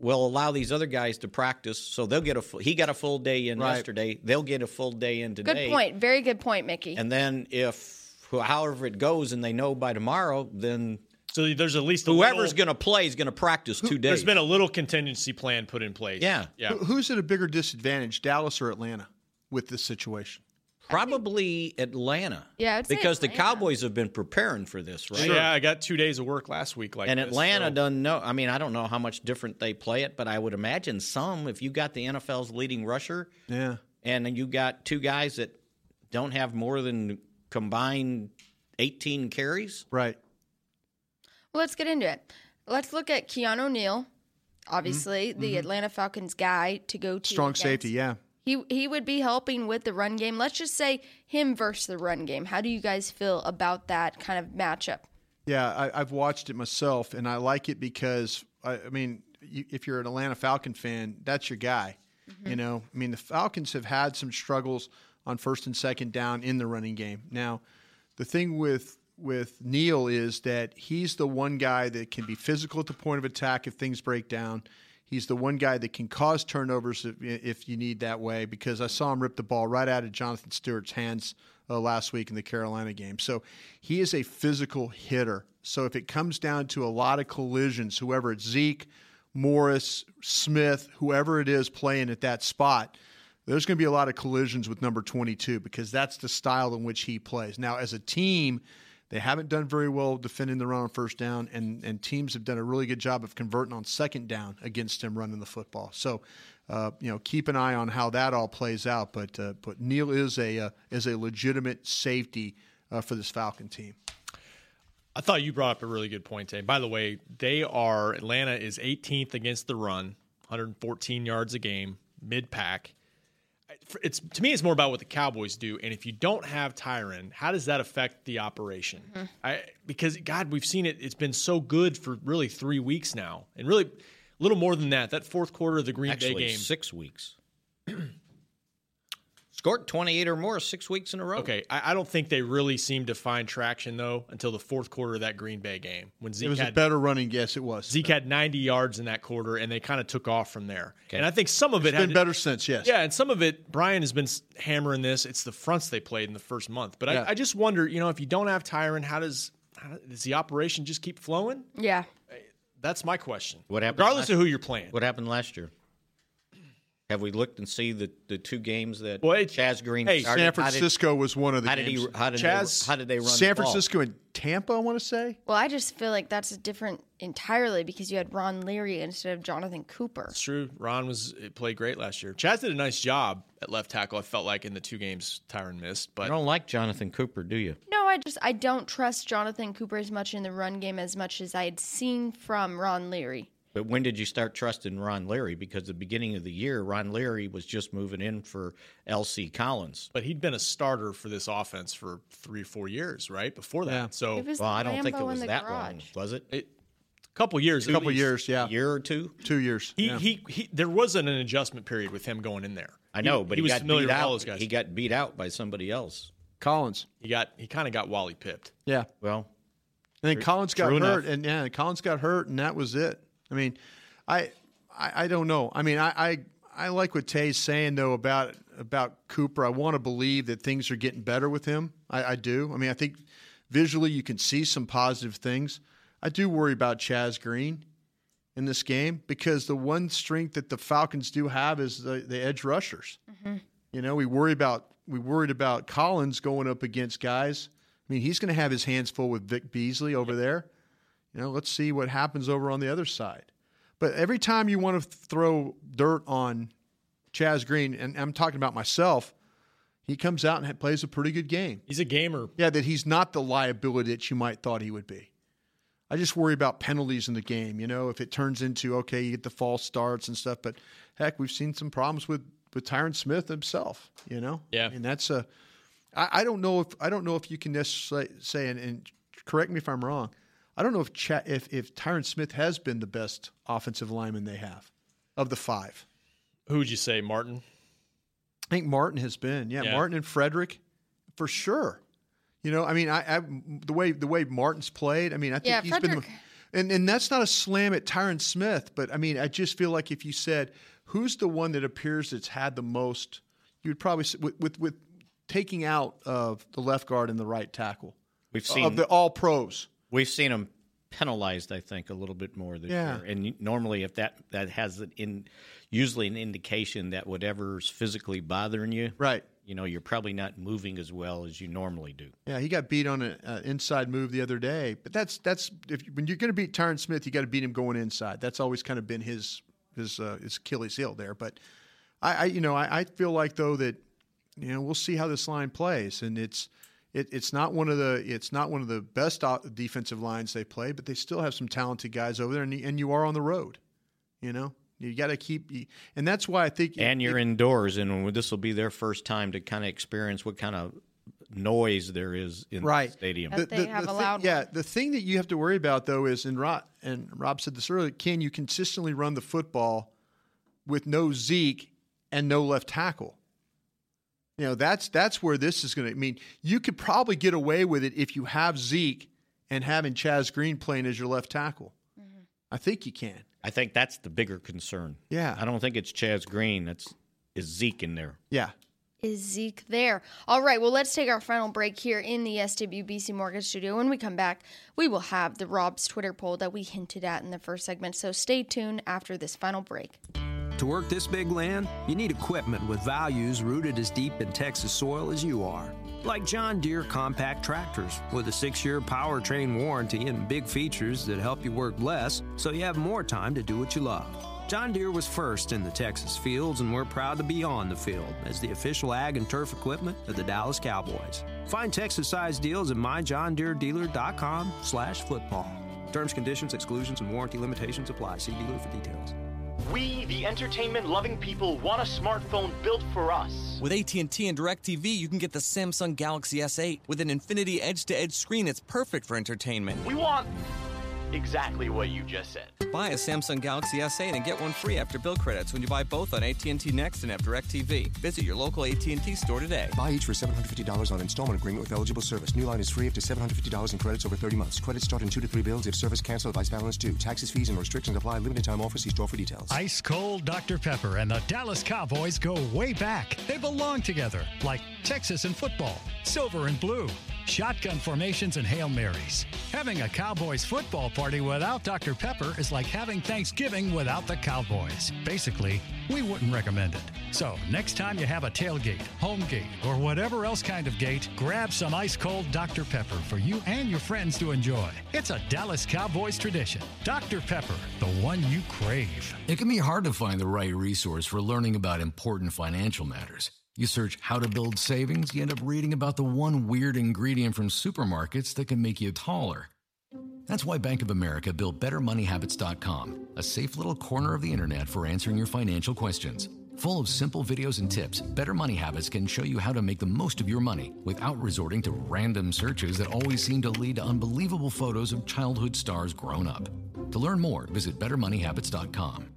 will allow these other guys to practice, so they'll get a full, he got a full day in
Right.
yesterday. They'll get a full day in today.
Good point. Very good point, Mickey.
And then if wh- however it goes, and they know by tomorrow, then
so there's at least a
whoever's
little-
going to play is going to practice two days.
There's been a little contingency plan put in place.
Yeah.
Yeah.
Who- who's at a bigger disadvantage, Dallas or Atlanta, with this situation?
Probably Atlanta.
Yeah, I'd say
because the
Atlanta.
Cowboys have been preparing for this, right?
Yeah, I got two days of work last week like
and
this,
Atlanta
so-
doesn't know. I mean, I don't know how much different they play it, but I would imagine some. If you got the NFL's leading rusher,
Yeah.
and then you got two guys that don't have more than combined eighteen carries,
right?
Well, let's get into it. Let's look at Keanu O'Neill, obviously
Mm-hmm.
the
Mhm.
Atlanta Falcons guy to go to
Strong
against-
safety. Yeah.
He he would be helping with the run game. Let's just say him versus the run game. How do you guys feel about that kind of matchup?
Yeah, I, I've watched it myself, and I like it because I, I mean, you, if you're an Atlanta Falcon fan, that's your guy. You know, I mean, the Falcons have had some struggles on first and second down in the running game. Now, the thing with with Neil is that he's the one guy that can be physical at the point of attack if things break down. He's the one guy that can cause turnovers if, if you need that way because I saw him rip the ball right out of Jonathan Stewart's hands uh, last week in the Carolina game. So he is a physical hitter. So if it comes down to a lot of collisions, whoever it's Zeke, Morris, Smith, whoever it is playing at that spot, there's going to be a lot of collisions with number 22 because that's the style in which he plays. Now, as a team, they haven't done very well defending the run on first down, and, and teams have done a really good job of converting on second down against him running the football. So, uh, you know, keep an eye on how that all plays out. But uh, but Neil is a uh, is a legitimate safety uh, for this Falcon team.
I thought you brought up a really good point today. By the way, they are Atlanta is 18th against the run, 114 yards a game, mid pack. for- it's to me, it's more about what the Cowboys do, and if you don't have Tyron, how does that affect the operation?
Mhm.
I because God, we've seen it. It's been so good for really three weeks now, and really a little more than that. That fourth quarter of the Green
Actually,
Bay game,
six weeks. [CLEARS THROAT] Scored twenty eight or more six weeks in a row.
Okay, I, I don't think they really seemed to find traction though until the fourth quarter of that Green Bay game when Zeke
it was
had
a better running. Yes, it was.
Zeke had 90 yards in that quarter, and they kind of took off from there. And I think some of it
It's
had
been
to-
better since, yes.
Yeah, and some of it Brian has been s- hammering this. It's the fronts they played in the first month, but
Yeah.
I, I just wonder, you know, if you don't have Tyron, how does how does the operation just keep flowing?
Yeah.
That's my question.
What happened?
Regardless
last-
of who you're playing.
What happened last year? Have we looked and see the, the two games that Chaz Green?
Hey,
started?
San
How did-
Francisco was one of the
how
games.
Did he, how did
Chaz-
they? How did they run?
San
the ball?
Francisco and Tampa, I want to say.
Well, I just feel like that's different entirely because you had Ron Leary instead of Jonathan Cooper.
It's true. Ron was it played great last year. Chaz did a nice job at left tackle. I felt like in the two games Tyron missed, but I
don't like Jonathan Cooper, do you?
No, I just I don't trust Jonathan Cooper as much in the run game as much as I had seen from Ron Leary.
But when did you start trusting Ron Leary? Because the beginning of the year, Ron Leary was just moving in for L.C. Collins.
But he'd been a starter for this offense for three or four years, right? Before that, so
It was Oh, Well, I don't think it Lambo in was the that long, garage. was it?
a couple years,
A couple years,
yeah,
a
year or two,
two years.
He,
yeah.
he he There wasn't an adjustment period with him going in there.
I know, but he,
was
got beat
familiar with
out.
all those guys.
He got beat out by somebody else.
Collins.
He got he kind of got Wally pipped.
Yeah.
Well,
and then
tr-
Collins got
true enough.
hurt, and yeah, Collins got hurt, and that was it. I mean, I I, I don't know. I mean, I, I I like what Tay's saying though about about Cooper. I want to believe that things are getting better with him. I, I do. I mean, I think visually you can see some positive things. I do worry about Chaz Green in this game because the one strength that the Falcons do have is the, the edge rushers. You know, we worry about we worried about Collins going up against guys. I mean, he's going to have his hands full with Vic Beasley over there. You know, let's see what happens over on the other side. But every time you want to throw dirt on Chaz Green, and I'm talking about myself, he comes out and ha- plays a pretty good game.
He's a gamer.
Yeah, that he's not the liability that you might thought he would be. I just worry about penalties in the game. You know, if it turns into okay, you get the false starts and stuff. But heck, we've seen some problems with with Tyron Smith himself. You know,
Yeah.
and that's a. I, I don't know if I don't know if you can necessarily say and, and correct me if I'm wrong. I don't know if Cha- if if Tyron Smith has been the best offensive lineman they have of the five.
Who would you say, Martin?
I think Martin has been. Yeah,
Yeah.
Martin and Frederick, for sure. You know, I mean, I, I the way the way Martin's played. I mean, I think
Yeah,
he's been.
Frederick-
And and that's not a slam at Tyron Smith, but I mean, I just feel like if you said who's the one that appears that's had the most, you would probably s- with with, with taking out of the left guard and the right tackle.
We've
of
seen-
the all pros.
We've seen him penalized, I think, a little bit more this
Yeah.
year. And normally, if that that has an in, usually an indication that whatever's physically bothering you,
right?
You know, you're probably not moving as well as you normally do.
Yeah, he got beat on an uh, inside move the other day, but that's that's if when you're going to beat Tyron Smith, you got to beat him going inside. That's always kind of been his his uh, his Achilles heel there. But I, I you know I, I feel like though that you know we'll see how this line plays, and it's it, it's not one of the it's not one of the best o- defensive lines they play, but they still have some talented guys over there, and, and you are on the road, you know. You got to keep, and that's why I think.
and you're indoors, and this will be their first time to kind of experience what kind of noise there is in
right.
the stadium.
The- the- the thing- Yeah, the thing that you have to worry about though is, and Rob and Rob said this earlier, can you consistently run the football with no Zeke and no left tackle? You know, that's that's where this is going to. I mean, you could probably get away with it if you have Zeke and having Chaz Green playing as your left tackle. I think you can.
I think that's the bigger concern.
Yeah.
I don't think it's Chaz Green. That's is Zeke in there.
Yeah.
Is Zeke there? All right, well, let's take our final break here in the SWBC Mortgage Studio. When we come back, we will have the Rob's Twitter poll that we hinted at in the first segment. So stay tuned after this final break.
To work this big land, you need equipment with values rooted as deep in Texas soil as you are. Like John Deere compact tractors with a six year powertrain warranty and big features that help you work less so you have more time to do what you love. John Deere was first in the Texas fields, and we're proud to be on the field as the official ag and turf equipment of the Dallas Cowboys. Find Texas-sized deals at myjohndeeredealer.com slash football. Terms, conditions, exclusions, and warranty limitations apply. See dealer for details.
We, the entertainment-loving people, want a smartphone built for us.
With AT&T and DirecTV, you can get the Samsung Galaxy S8 with an Infinity edge-to-edge screen. It's perfect for entertainment.
We want exactly what you just said.
Buy a Samsung Galaxy S8 and get one free after bill credits when you buy both on AT&T Next and at DirecTV. Visit your local AT&T store today.
Buy each for $750 on installment agreement with eligible service. New line is free up to $750 in credits over 30 months. Credits start in two to three bills if service canceled by balance due. Taxes, fees, and restrictions apply. Limited time offer. See store for details.
Ice Cold Dr. Pepper and the Dallas Cowboys go way back. They belong together, like Texas and football, silver and blue, shotgun formations and Hail Marys. Having a Cowboys football party without Dr. Pepper is like having Thanksgiving without the Cowboys. Basically, we wouldn't recommend it. So, next time you have a tailgate, home gate, or whatever else kind of gate, grab some ice cold Dr. Pepper for you and your friends to enjoy. It's a Dallas Cowboys tradition. Dr. Pepper, the one you crave.
It can be hard to find the right resource for learning about important financial matters. You search how to build savings, you end up reading about the one weird ingredient from supermarkets that can make you taller. That's why Bank of America built BetterMoneyHabits.com, a safe little corner of the internet for answering your financial questions. Full of simple videos and tips, Better Money Habits can show you how to make the most of your money without resorting to random searches that always seem to lead to unbelievable photos of childhood stars grown up. To learn more, visit BetterMoneyHabits.com.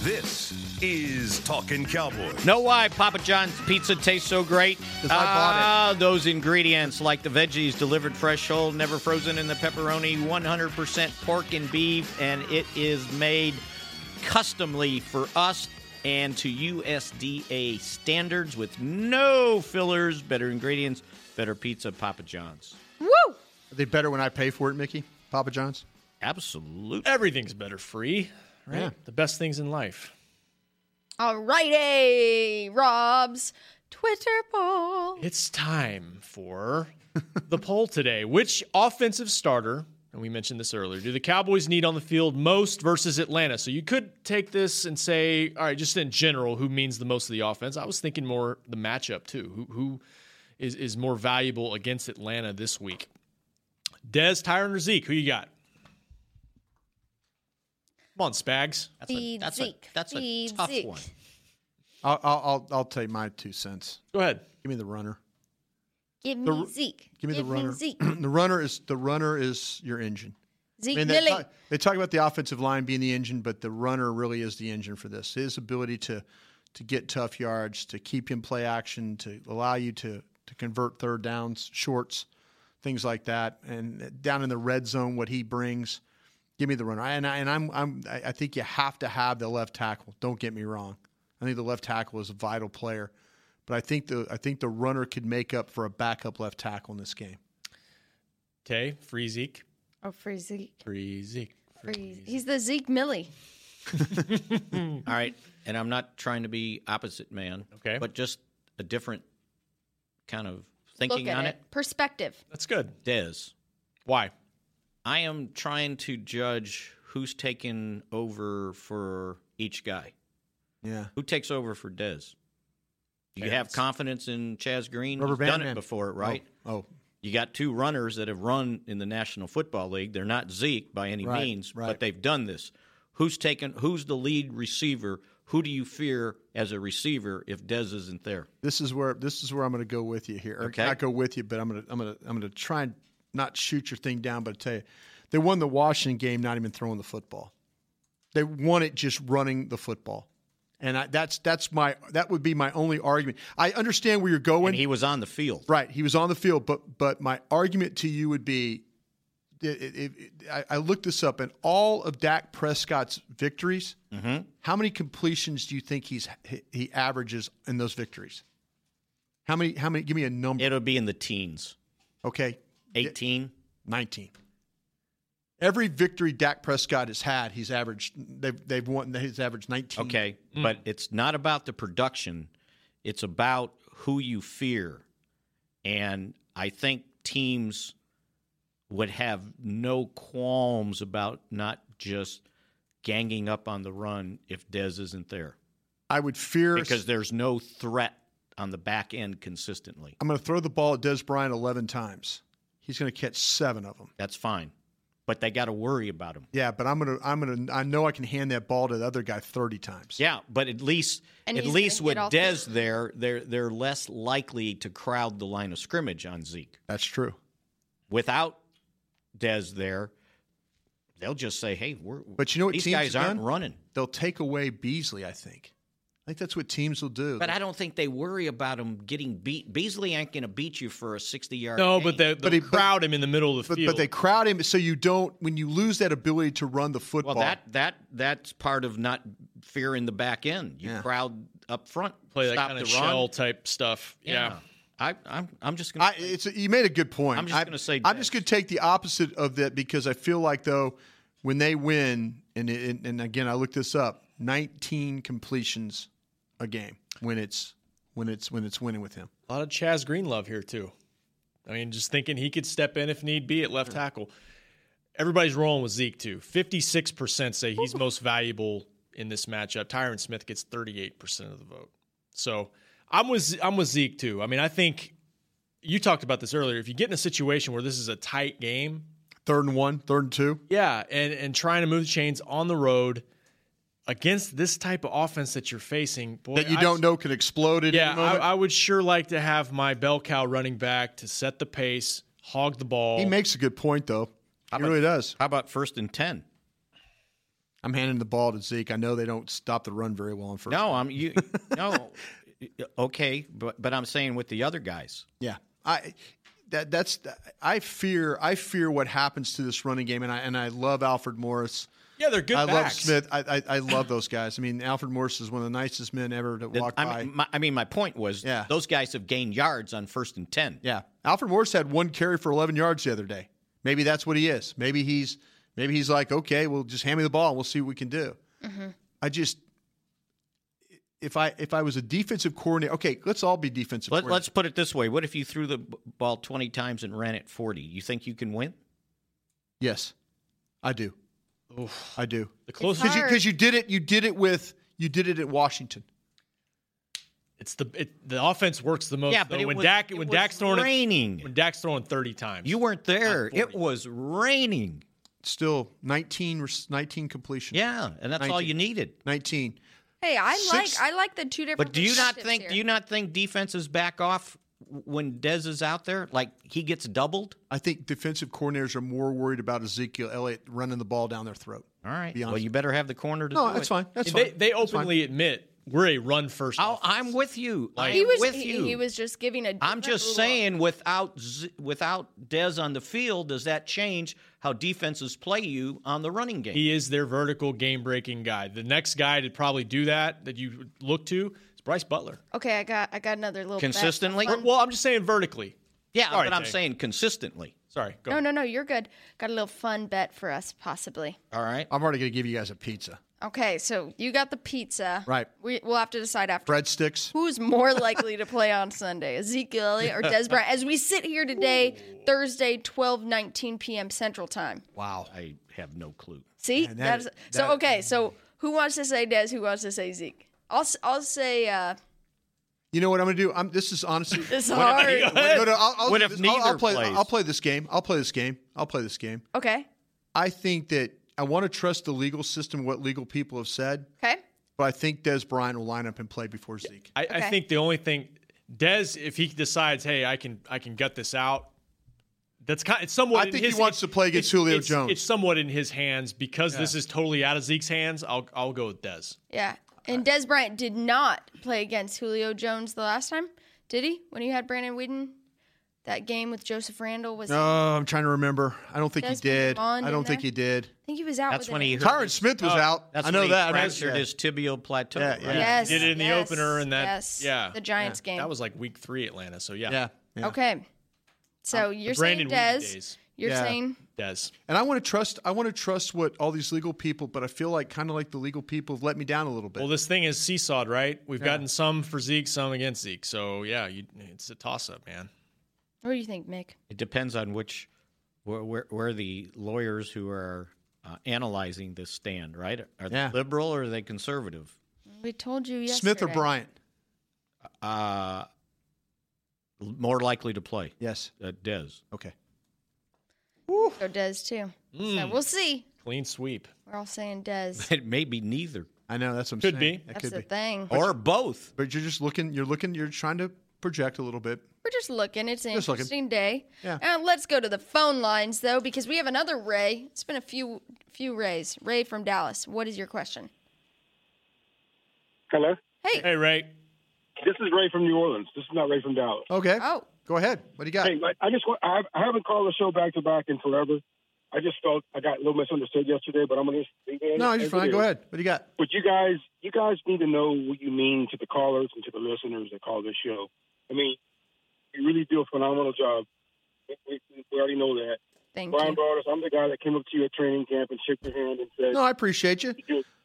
This is Talking Cowboys.
Know why Papa John's pizza tastes so great? Because
I bought it.
those ingredients like the veggies delivered fresh, whole, never frozen, and the pepperoni, 100% pork and beef, and it is made customly for us and to USDA standards with no fillers, better ingredients, better pizza, Papa John's.
Woo!
Are they better when I pay for it, Mickey? Papa John's?
Absolutely.
Everything's better free, right?
Yeah.
The best things in life.
All righty, Rob's Twitter poll.
It's time for the poll today. Which offensive starter, and we mentioned this earlier, do the Cowboys need on the field most versus Atlanta? So you could take this and say, all right, just in general, who means the most of the offense? I was thinking more the matchup too. Who who is is more valuable against Atlanta this week? Des, Tyron, or Zeke? Who you got? Come on, Spags.
The Zeke.
that's a
The
tough
Zeke.
one.
I'll, I'll, I'll, I'll take my two cents.
Go ahead.
Give me the runner.
Give me
The-
Zeke.
Give me the runner. [LAUGHS]
Zeke.
[CLEARS THROAT] the runner is the runner is your engine.
Zeke
they,
Millie.
talk, they talk about the offensive line being the engine, but the runner really is the engine for this. His ability to to get tough yards, to keep him play action, to allow you to to convert third downs, shorts, things like that, and down in the red zone, what he brings. Give me the runner, and, I, and I'm I'm I I think you have to have the left tackle. Don't get me wrong. I think the left tackle is a vital player, but I think the I think the runner could make up for a backup left tackle in this game.
Okay, free Zeke.
Oh, free Zeke.
Free Zeke.
Free. He's the Zeke Millie.
All right. And I'm not trying to be opposite man.
Okay.
But just a different kind of thinking
Look at
on
it. Perspective.
That's good.
Dez.
Why?
I am trying to judge who's taken over for each guy.
Yeah.
Who takes over for Dez? Do you
Yeah,
have
it's-
confidence in Chaz Green?
Rubber
He's
band
done
man.
it before, right?
Oh.
You got two runners that have run in the National Football League. They're not Zeke by any
Right,
means,
right.
but they've done this. Who's taken who's the lead receiver? Who do you fear as a receiver if Dez isn't there?
This is where this is where I'm going to go with you here. Or
Okay.
Not go with you, but I'm going to I'm going to I'm going to try and not shoot your thing down, but I tell you, they won the Washington game not even throwing the football. They won it just running the football, and I, that's that's my that would be my only argument. I understand where you're going.
he was on the field,
right? He was on the field, but but my argument to you would be, it, it, it, I, I looked this up, and all of Dak Prescott's victories,
Mm-hmm.
how many completions do you think he's he- he averages in those victories? How many? How many? Give me a number.
It'll be in the teens.
Okay.
18?
19. Every victory Dak Prescott has had, he's averaged. They've they've won. He's averaged 19.
Okay, but it's not about the production; it's about who you fear, and I think teams would have no qualms about not just ganging up on the run if Dez isn't there,
I would fear
because there's no threat on the back end consistently.
I'm going to throw the ball at Des Bryant 11 times. He's going to catch seven of them.
That's fine. but they got to worry about him.
Yeah, but I'm gonna I'm gonna I know I can hand that ball to the other guy thirty times.
Yeah, but at least
And
at
he's
least
gonna
with
get all
Dez there, they're they're less likely to crowd the line of scrimmage on Zeke.
That's true.
Without Dez there, they'll just say, "Hey, we're
But you know what
these
teams
guys
have
aren't
done?
running."
They'll take away Beasley. I think. I think that's what teams will do.
But I don't think they worry about him getting beat. Beasley ain't going to beat you for a sixty-yard.
No, but
they-
But they'll he-
crowd him in the middle of the
but,
field.
but they crowd him, so you don't. When you lose that ability to run the football,
Well, that that that's part of not fearing the back end. You crowd up front,
play that
stop
kind
the
of
run.
shell type stuff. Yeah.
I, I'm I'm just
I, it's you made a good point.
I'm just
I-
gonna say
I'm just going to take the opposite of that because I feel like though when they win and and, and again I looked this up 19 completions a game when it's when it's when it's winning with him.
A lot of Chaz Greenlove here too. I mean, just thinking he could step in if need be at left tackle. Everybody's rolling with Zeke too. Fifty-six percent say he's most valuable in this matchup. Tyron Smith gets thirty-eight percent of the vote. So I'm with I'm with Zeke too. I mean, I think you talked about this earlier. If you get in a situation where this is a tight game,
Third and one, third and two.
yeah, and and trying to move the chains on the road against this type of offense that you're facing, boy,
that you
I-
don't know could explode at
yeah,
any moment.
I, I would sure like to have my bell cow running back to set the pace, hog the ball.
he makes a good point though. he really does.
How about first and ten?
I'm handing the ball to Zeke. I know they don't stop the run very well in first.
No, I'm
[LAUGHS]
you. no, okay, but but I'm saying with the other guys.
Yeah, I that that's I fear I fear what happens to this running game, and I and I love Alfred Morris.
Yeah, they're good
I love
backs.
Smith. I, I I love those guys. I mean, Alfred Morris is one of the nicest men ever to walk
I
by.
mean, my, I mean, my point was,
Yeah.
those guys have gained yards on first and ten.
yeah, Alfred Morris had one carry for 11 yards the other day. Maybe that's what he is. Maybe he's maybe he's like, okay, well, just hand me the ball. and We'll see what we can do. I just if I if I was a defensive coordinator, okay, let's all be defensive.
Let, let's put it this way: What if you threw the b- ball twenty times and ran it forty? You think you can win?
Yes, I do. I do. The
closest-
because you,
hard.
'cause you did it. You did it with you did it at Washington.
It's the it, the offense works the most.
Yeah,
though.
but it
when
was-
Dak
it
when
was
Dak's throwing it-
raining.
when Dak's throwing thirty times.
You weren't there. It was raining.
Still 19, re- 19 completion.
Yeah, and that's all you needed.
Nineteen.
Hey, I
Six-
like I like the two different.
But do you not
perspectives
think?
here.
Do you not think defenses back off when Dez is out there? Like he gets doubled.
I think defensive coordinators are more worried about Ezekiel Elliott running the ball down their throat.
All right.
Be honest.
Well, you better have the corner to
No,
do
that's
it.
fine. That's
they
fine.
they openly admit we're a run first.
Oh, I'm with you. I'm
he was
with
he,
you.
he was just giving a.
I'm
different
just
look.
saying, without Z- without Dez on the field, does that change how defenses play you on the running game?
He is their vertical game breaking guy. The next guy to probably do that that you would look to is Bryce Butler.
Okay, I got I got another little fact. Fun-
Well, I'm just saying vertically.
Yeah,
Sorry,
but I'm
Dave.
saying consistently.
Sorry. Go
No, no, no. You're good. Got a little fun bet for us, possibly.
All right.
I'm already going to give you guys a pizza.
Okay, so you got the pizza.
Right.
We, we'll have to decide after.
Breadsticks.
Who's more likely to play on Sunday, Ezekiel
[LAUGHS]
Elliott or Des Bryant? As we sit here today, Thursday, 12, 19 p.m. Central Time.
Wow.
I have no clue.
See,
Man, that
that's
is-
so
that-
okay. So who wants to say Des? Who wants to say Zeke? I'll s- I'll say uh,
You know what I'm going to do? I'm. This is honestly.
This is What if-
[LAUGHS]
hard. Go ahead.
no, no, I'll, I'll
What
do
if
this. I'll- I'll
neither
play,
plays?
I'll play this game. I'll play this game. I'll play this game.
okay,
I think that I want to trust the legal system, what legal people have said.
okay.
But I think Des Bryant will line up and play before Zeke.
I, I
Okay.
think the only thing Dez, if he decides, hey, I can I can gut this out, that's kind. It's somewhat.
I
in
think he
his-
wants to play against
it's-
Julio
it's-
Jones.
It's somewhat in his hands because
Yeah.
this is totally out of Zeke's hands. I'll I'll go with Dez.
Yeah. And
Uh,
Des Bryant did not play against Julio Jones the last time, did he? When he had Brandon Whedon, that game with Joseph Randall was.
Oh, I'm trying to remember. I don't think he
Des put him
did.
on,
I don't
didn't
think
they?
he did.
I think he was out.
That's
with
when
an
he
ankle.
hurt
Tyron
his-
Smith was out.
Oh, That's
I know
when he
that. I know-
Fractured
yeah.
his tibial plateau.
Yeah,
right?
yeah.
Yes,
Did it in the
yes,
opener and that.
yes.
Yeah.
The Giants game.
That was like week three Atlanta. So yeah. Uh,
Yeah.
Okay. So you're saying
Brandon Whedon
Des.
days.
You're
Yeah.
saying
Dez.
And I want to trust. I want to trust what all these legal people, but I feel like kind of like the legal people have let me down a little bit.
Well, this thing is seesawed, right? We've
Yeah.
gotten some for Zeke, some against Zeke. So yeah, you, it's a toss up, man.
What do you think, Mick?
It depends on which where where, where the lawyers who are uh, analyzing this stand, right? Are they
Yeah.
liberal or are they conservative?
We told you yesterday.
Uh, l- more likely to play.
Yes.
Uh, Dez.
Okay.
So Des too. So
Hmm.
we'll see.
Clean sweep.
We're all
[LAUGHS]
saying Des.
[LAUGHS] It may be neither.
I know that's what I'm
Could
saying.
be.
That
That's
could
the
be.
thing.
Or both.
But you're just looking. You're looking. You're trying to project a little bit.
We're just looking. It's an
Just looking.
interesting day. Yeah. let's go to the phone lines though, because we have another Ray. It's been a few few Rays. Ray from Dallas. What is your question?
Hello.
Hey.
Hey, Ray.
This is Ray from New Orleans. This is not Ray from Dallas.
Okay.
Oh.
Go ahead. What do you got?
Hey, I- I just want, I, I haven't called the show back to back in forever. I just felt I got a little misunderstood yesterday, but I'm gonna just leave it.
No,
as
you're
it
fine. Go
is.
ahead. What do you got?
But you guys, you guys need to know what you mean to the callers and to the listeners that call this show. I mean, you really do a phenomenal job. We, we, we already know that.
Thank
Brian
you.
Broadus, I'm the guy that came up to you at training camp and shook your hand and said,
No, I appreciate you.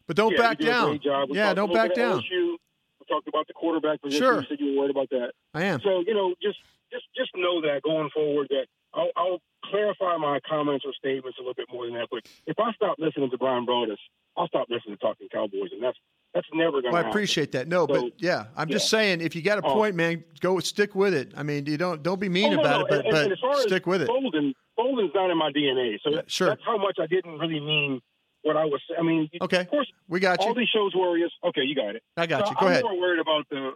But don't
yeah,
back
you did a
down.
great job. We
Yeah,
talked a
don't
little
back
bit of
down.
LSU. We talked about the quarterback position.
Sure.
You said you were worried about that.
I am.
So you know, just just just know that going forward, that I'll, I'll clarify my comments or statements a little bit more than that. But if I stop listening to Brian Broadus, I'll stop listening to Talking Cowboys, and that's that's never going to.
Well, Oh, I appreciate that. No, but yeah, I'm just
yeah.
saying, if you got a
Oh.
point, man, go stick with it. I mean, you don't don't be mean
Oh, no,
about
no,
it, but
and- and as
but
far as
stick with it.
Bolden, Bolden's not in my DNA, so that-
sure.
that's how much I didn't really mean what I was. I mean,
Okay,
of course,
we got you.
All these shows worry us. Okay, you got it.
I got
So
you. Go
I'm
ahead.
more worried about the,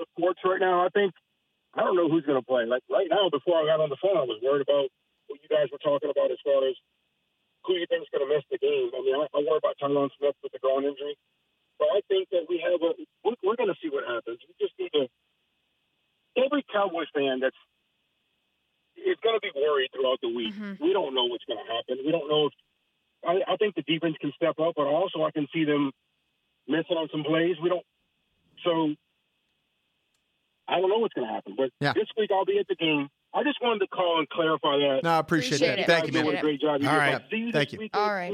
the courts right now. I think I don't know who's going to play. Like right now, before I got on the phone, I was worried about what you guys were talking about as far as who you think's going to miss the game. I mean, I, I worry about Tyron Smith with the groin injury, but I think that we have a we're, we're going to see what happens. We just need to every Cowboys fan that's is going to be worried throughout the week. We don't know what's going to happen. We don't know if I, I think the defense can step up, but also I can see them missing on some plays. We don't. So I don't know what's going to happen. But
Yeah.
this week I'll be at the game. I just wanted to call and clarify that.
No, I appreciate Appreciate that. it. Thank you, man.
guys doing a great job.
All
do.
right.
I'll see you this
Thank you.
week.
All right.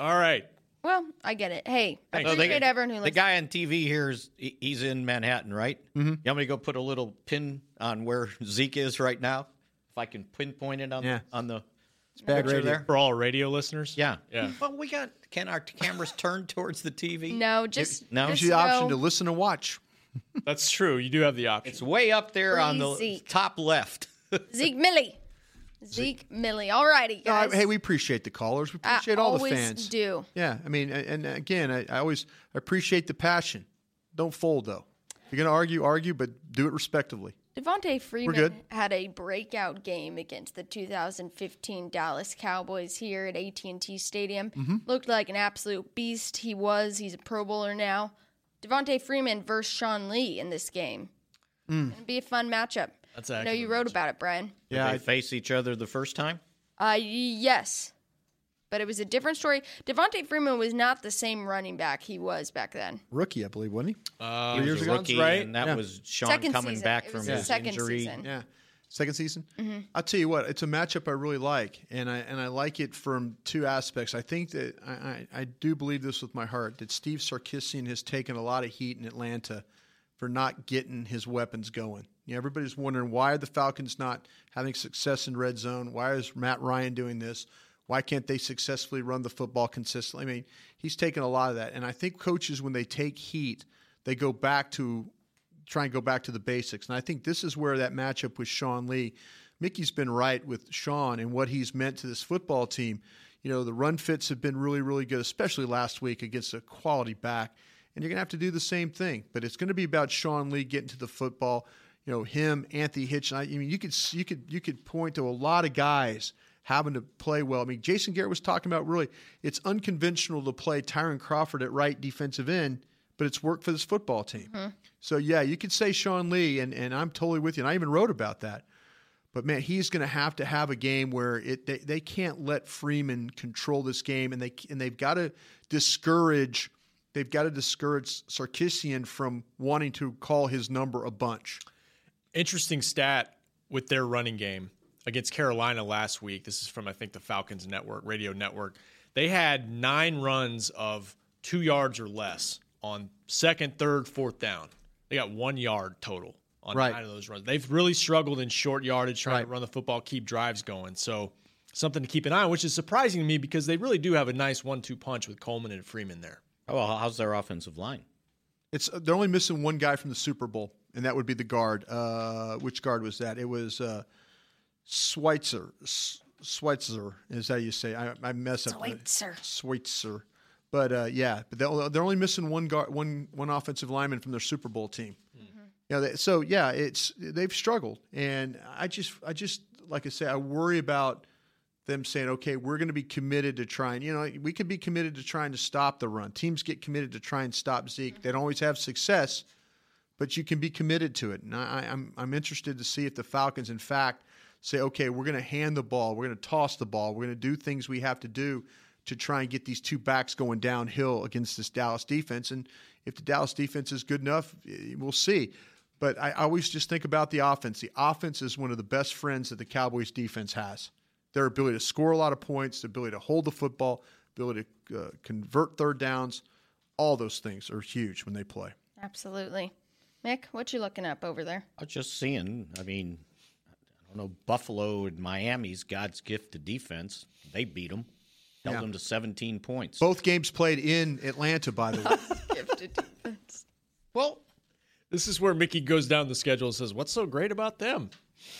All right.
Well, I get it. Hey,
Thanks.
appreciate everyone who
the
listens.
guy on TV here is he- he's in Manhattan, right?
Mhm.
You want me to go put a little pin on where [LAUGHS] Zeke is right now? If I can pinpoint it on
Yeah.
on the
bad
picture
radio.
there.
For all radio listeners?
Yeah.
Yeah.
Well, we got can our cameras turn towards the TV?
No, just
no.
just
Gives you the option
know-
to
Listen and watch.
That's true. You do have the option.
It's way up there on the
Zeke.
top left.
Zeke Millie. Zeke Millie. All righty,
No, I-
guys.
hey, we appreciate the callers. We
I
appreciate all the
always
fans.
do.
Yeah, I mean, and and again, I, I always appreciate the passion. Don't fold though. If you're going to argue, argue, but do it respectively.
Devontae
good.
Freeman had a breakout game against the 2015 Dallas Cowboys here at AT&T Stadium.
Mm-hmm.
Mhm.
Looked like an absolute beast. He was. He's a Pro Bowler now. Devontae Freeman versus Sean Lee in this game.
Mm.
It'll be a fun matchup.
That's
I know you wrote about it, Brian.
Yeah, Did they face each other the first time.
Uh, y- yes, but it was a different story. Devontae Freeman was not the same running back he was back then.
Rookie, I believe, wasn't he?
Uh,
Three
he
years
was a
ago,
rookie,
right?
and that
Yeah.
was Sean
Second
coming
season.
back
It
from
was
his
his second
injury.
season.
Yeah. Second season?
Mhm.
I'll tell you what, it's a matchup I really like, and I and I like it from two aspects. I think that I, I, I do believe this with my heart that Steve Sarkisian has taken a lot of heat in Atlanta for not getting his weapons going. You know, everybody's wondering why are the Falcons not having success in red zone? Why is Matt Ryan doing this? Why can't they successfully run the football consistently? I mean, he's taken a lot of that, and I think coaches when they take heat, they go back to try and go back to the basics. And I think this is where that matchup with Sean Lee, Mickey's been right with Sean and what he's meant to this football team. You know, the run fits have been really, really good, especially last week against a quality back. And you're going to have to do the same thing, but it's going to be about Sean Lee getting to the football. You know, him, Anthony Hitch. I I mean, you could s- you could you could point to a lot of guys having to play well. I mean, Jason Garrett was talking about really it's unconventional to play Tyron Crawford at right defensive end, but it's worked for this football team. So yeah, you could say Sean Lee, and and I'm totally with you. And I even wrote about that. But man, he's going to have to have a game where it they, they can't let Freeman control this game, and they and they've got to discourage they've got to discourage Sarkisian from wanting to call his number a bunch.
Interesting stat with their running game against Carolina last week. This is from I think the Falcons Network Radio Network. They had nine runs of two yards or less on second, third, fourth down. They got one yard total on
Right.
nine of those runs. They've really struggled in short yardage trying to run the football, keep drives going. So something to keep an eye on, which is surprising to me because they really do have a nice one-two punch with Coleman and Freeman there.
Oh, well, how's their offensive line?
It's uh, they're only missing one guy from the Super Bowl, and that would be the guard. Uh, which guard was that? It was uh, Schweitzer. S- Schweitzer is how you say. I, I mess up.
Schweitzer.
Schweitzer. But uh, yeah, but they'll, they're only missing one guard, one one offensive lineman from their Super Bowl team. You know, they, so yeah, it's they've struggled, and I just I just like I say, I worry about them saying, okay, we're going to be committed to trying. You know, we could be committed to trying to stop the run. Teams get committed to try and stop Zeke. They don't always have success, but you can be committed to it. And I, I'm I'm interested to see if the Falcons, in fact, say, okay, we're going to hand the ball, we're going to toss the ball, we're going to do things we have to do to try and get these two backs going downhill against this Dallas defense. And if the Dallas defense is good enough, eh, we'll see. But I always just think about the offense. The offense is one of the best friends that the Cowboys defense has. Their ability to score a lot of points, the ability to hold the football, ability to uh, convert third downs, all those things are huge when they play.
Absolutely. Mick, what you looking up over there?
I was just seeing. I mean, I don't know. Buffalo and Miami's God's gift to defense. They beat them, held
Yeah.
them to 17 points.
Both games played in Atlanta, by the way.
Well,
this is where Mickey goes down the schedule and says, "What's so great about them?"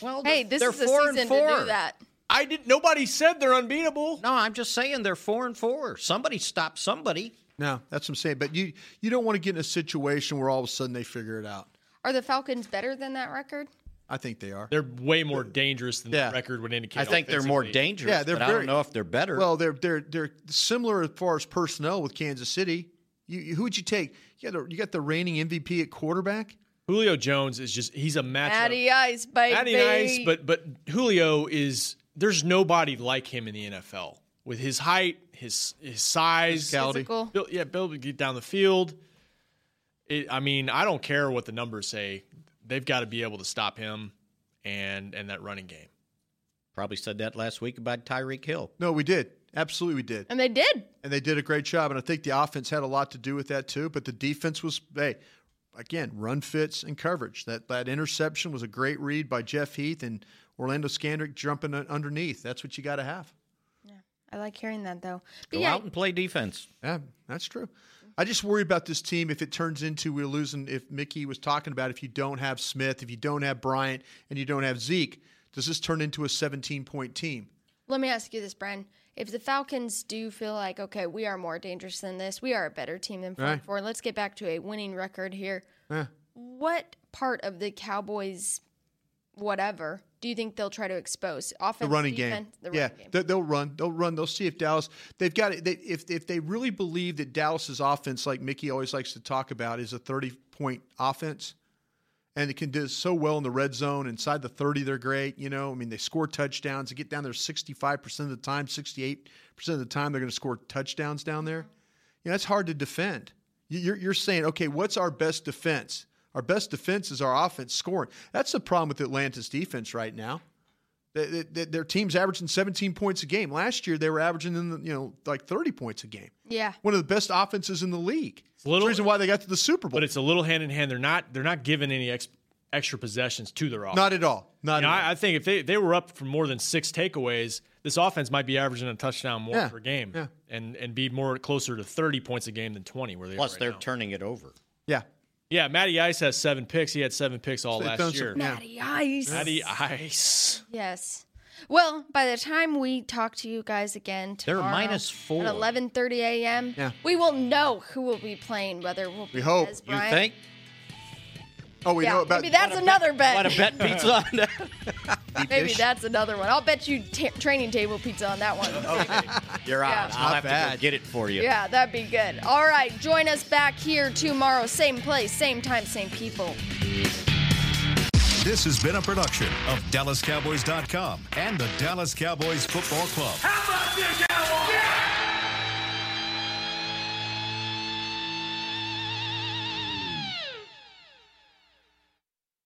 Well,
hey, this
they're
is the
four and
season to
four.
do that.
I didn't. Nobody said they're unbeatable.
No, I'm just saying they're four and four. Somebody stopped somebody.
No, that's what I'm saying. But you you don't want to get in a situation where all of a sudden they figure it out.
Are the Falcons better than that record?
I think they are.
They're way more dangerous than the record would indicate.
I think they're more dangerous,
Yeah, they're
but I
very,
don't know if they're better.
Well, they're they're they're similar as far as personnel with Kansas City. You, you who would you take? You got the, you got the reigning MVP at quarterback.
Julio Jones is just—he's a matchup.
Matty Ice, baby.
Matty Nice, but but Julio is there's nobody like him in the NFL with his height, his his size,
Physicality. Physical.
Bill, yeah, Bill get down the field. It, I mean, I don't care what the numbers say; they've got to be able to stop him and and that running game.
Probably said that last week about Tyreek Hill.
No, we did absolutely we did,
and they did.
and they did a great job. And I think the offense had a lot to do with that too. But the defense was hey, again run fits and coverage. That that interception was a great read by Jeff Heath and Orlando Scandrick jumping un- underneath. That's what you got to have.
I like hearing that though. But
Go
yeah,
out and play defense.
Yeah, that's true. I just worry about this team if it turns into we're losing. If Mickey was talking about, if you don't have Smith, if you don't have Bryant, and you don't have Zeke, does this turn into a 17 point team?
let me ask you this, Bren. If the Falcons do feel like, okay, we are more dangerous than this, we are a better team than 4
Right.
4, let's get back to a winning record here.
Eh.
What part of the Cowboys, whatever, do you think they'll try to expose? Offense,
The running game,
defense, The
yeah,
running game.
they- they'll run, they'll run, they'll see if Dallas. They've got it. They, if if they really believe that Dallas's offense, like Mickey always likes to talk about, is a thirty point offense, and it can do so well in the red zone inside the thirty, they're great. You know, I mean, they score touchdowns. They get down there sixty five percent of the time, sixty eight percent of the time, they're going to score touchdowns down there. You know, that's hard to defend. You- You're, you're saying, okay, what's our best defense? Our best defense is our offense scoring. That's the problem with Atlanta's defense right now. Th- th- th- Their team's averaging 17 points a game. Last year, they were averaging in the, you know like 30 points a game.
Yeah.
One of the best offenses in the league.
It's a little
reason why they got to the Super Bowl.
But it's a little hand in hand. They're not they're not giving any ex, extra possessions to their offense.
Not at all. Not
You
Um,
know,
at all.
I, I think if they, they were up for more than six takeaways, this offense might be averaging a touchdown more
Yeah,
per game,
yeah.
and and be more closer to thirty points a game than twenty. Where they
Plus,
are right
they're
now.
turning it over.
Yeah.
Yeah, Matty Ice has seven picks. He had seven picks all
So they've done
last
some-
year.
yeah.
Matty Ice.
Matty Ice.
Yes. Well, by the time we talk to you guys again
They're
tomorrow
minus four.
at 11:30 a.m.,
Yeah.
we will know who will be playing. Whether we'll
We
be
hope.
Des
You
Bryant.
think? Oh, we
yeah,
know about
maybe that's another bet.
What a bet pizza on that.
[LAUGHS] maybe that's another one. I'll bet you ta training table pizza on that one.
[LAUGHS] You're on.
Yeah.
I'll have to go get it for you.
yeah, that'd be good. All right, join us back here tomorrow, same place, same time, same people.
This has been a production of DallasCowboys.com and the Dallas Cowboys Football Club.
How about this,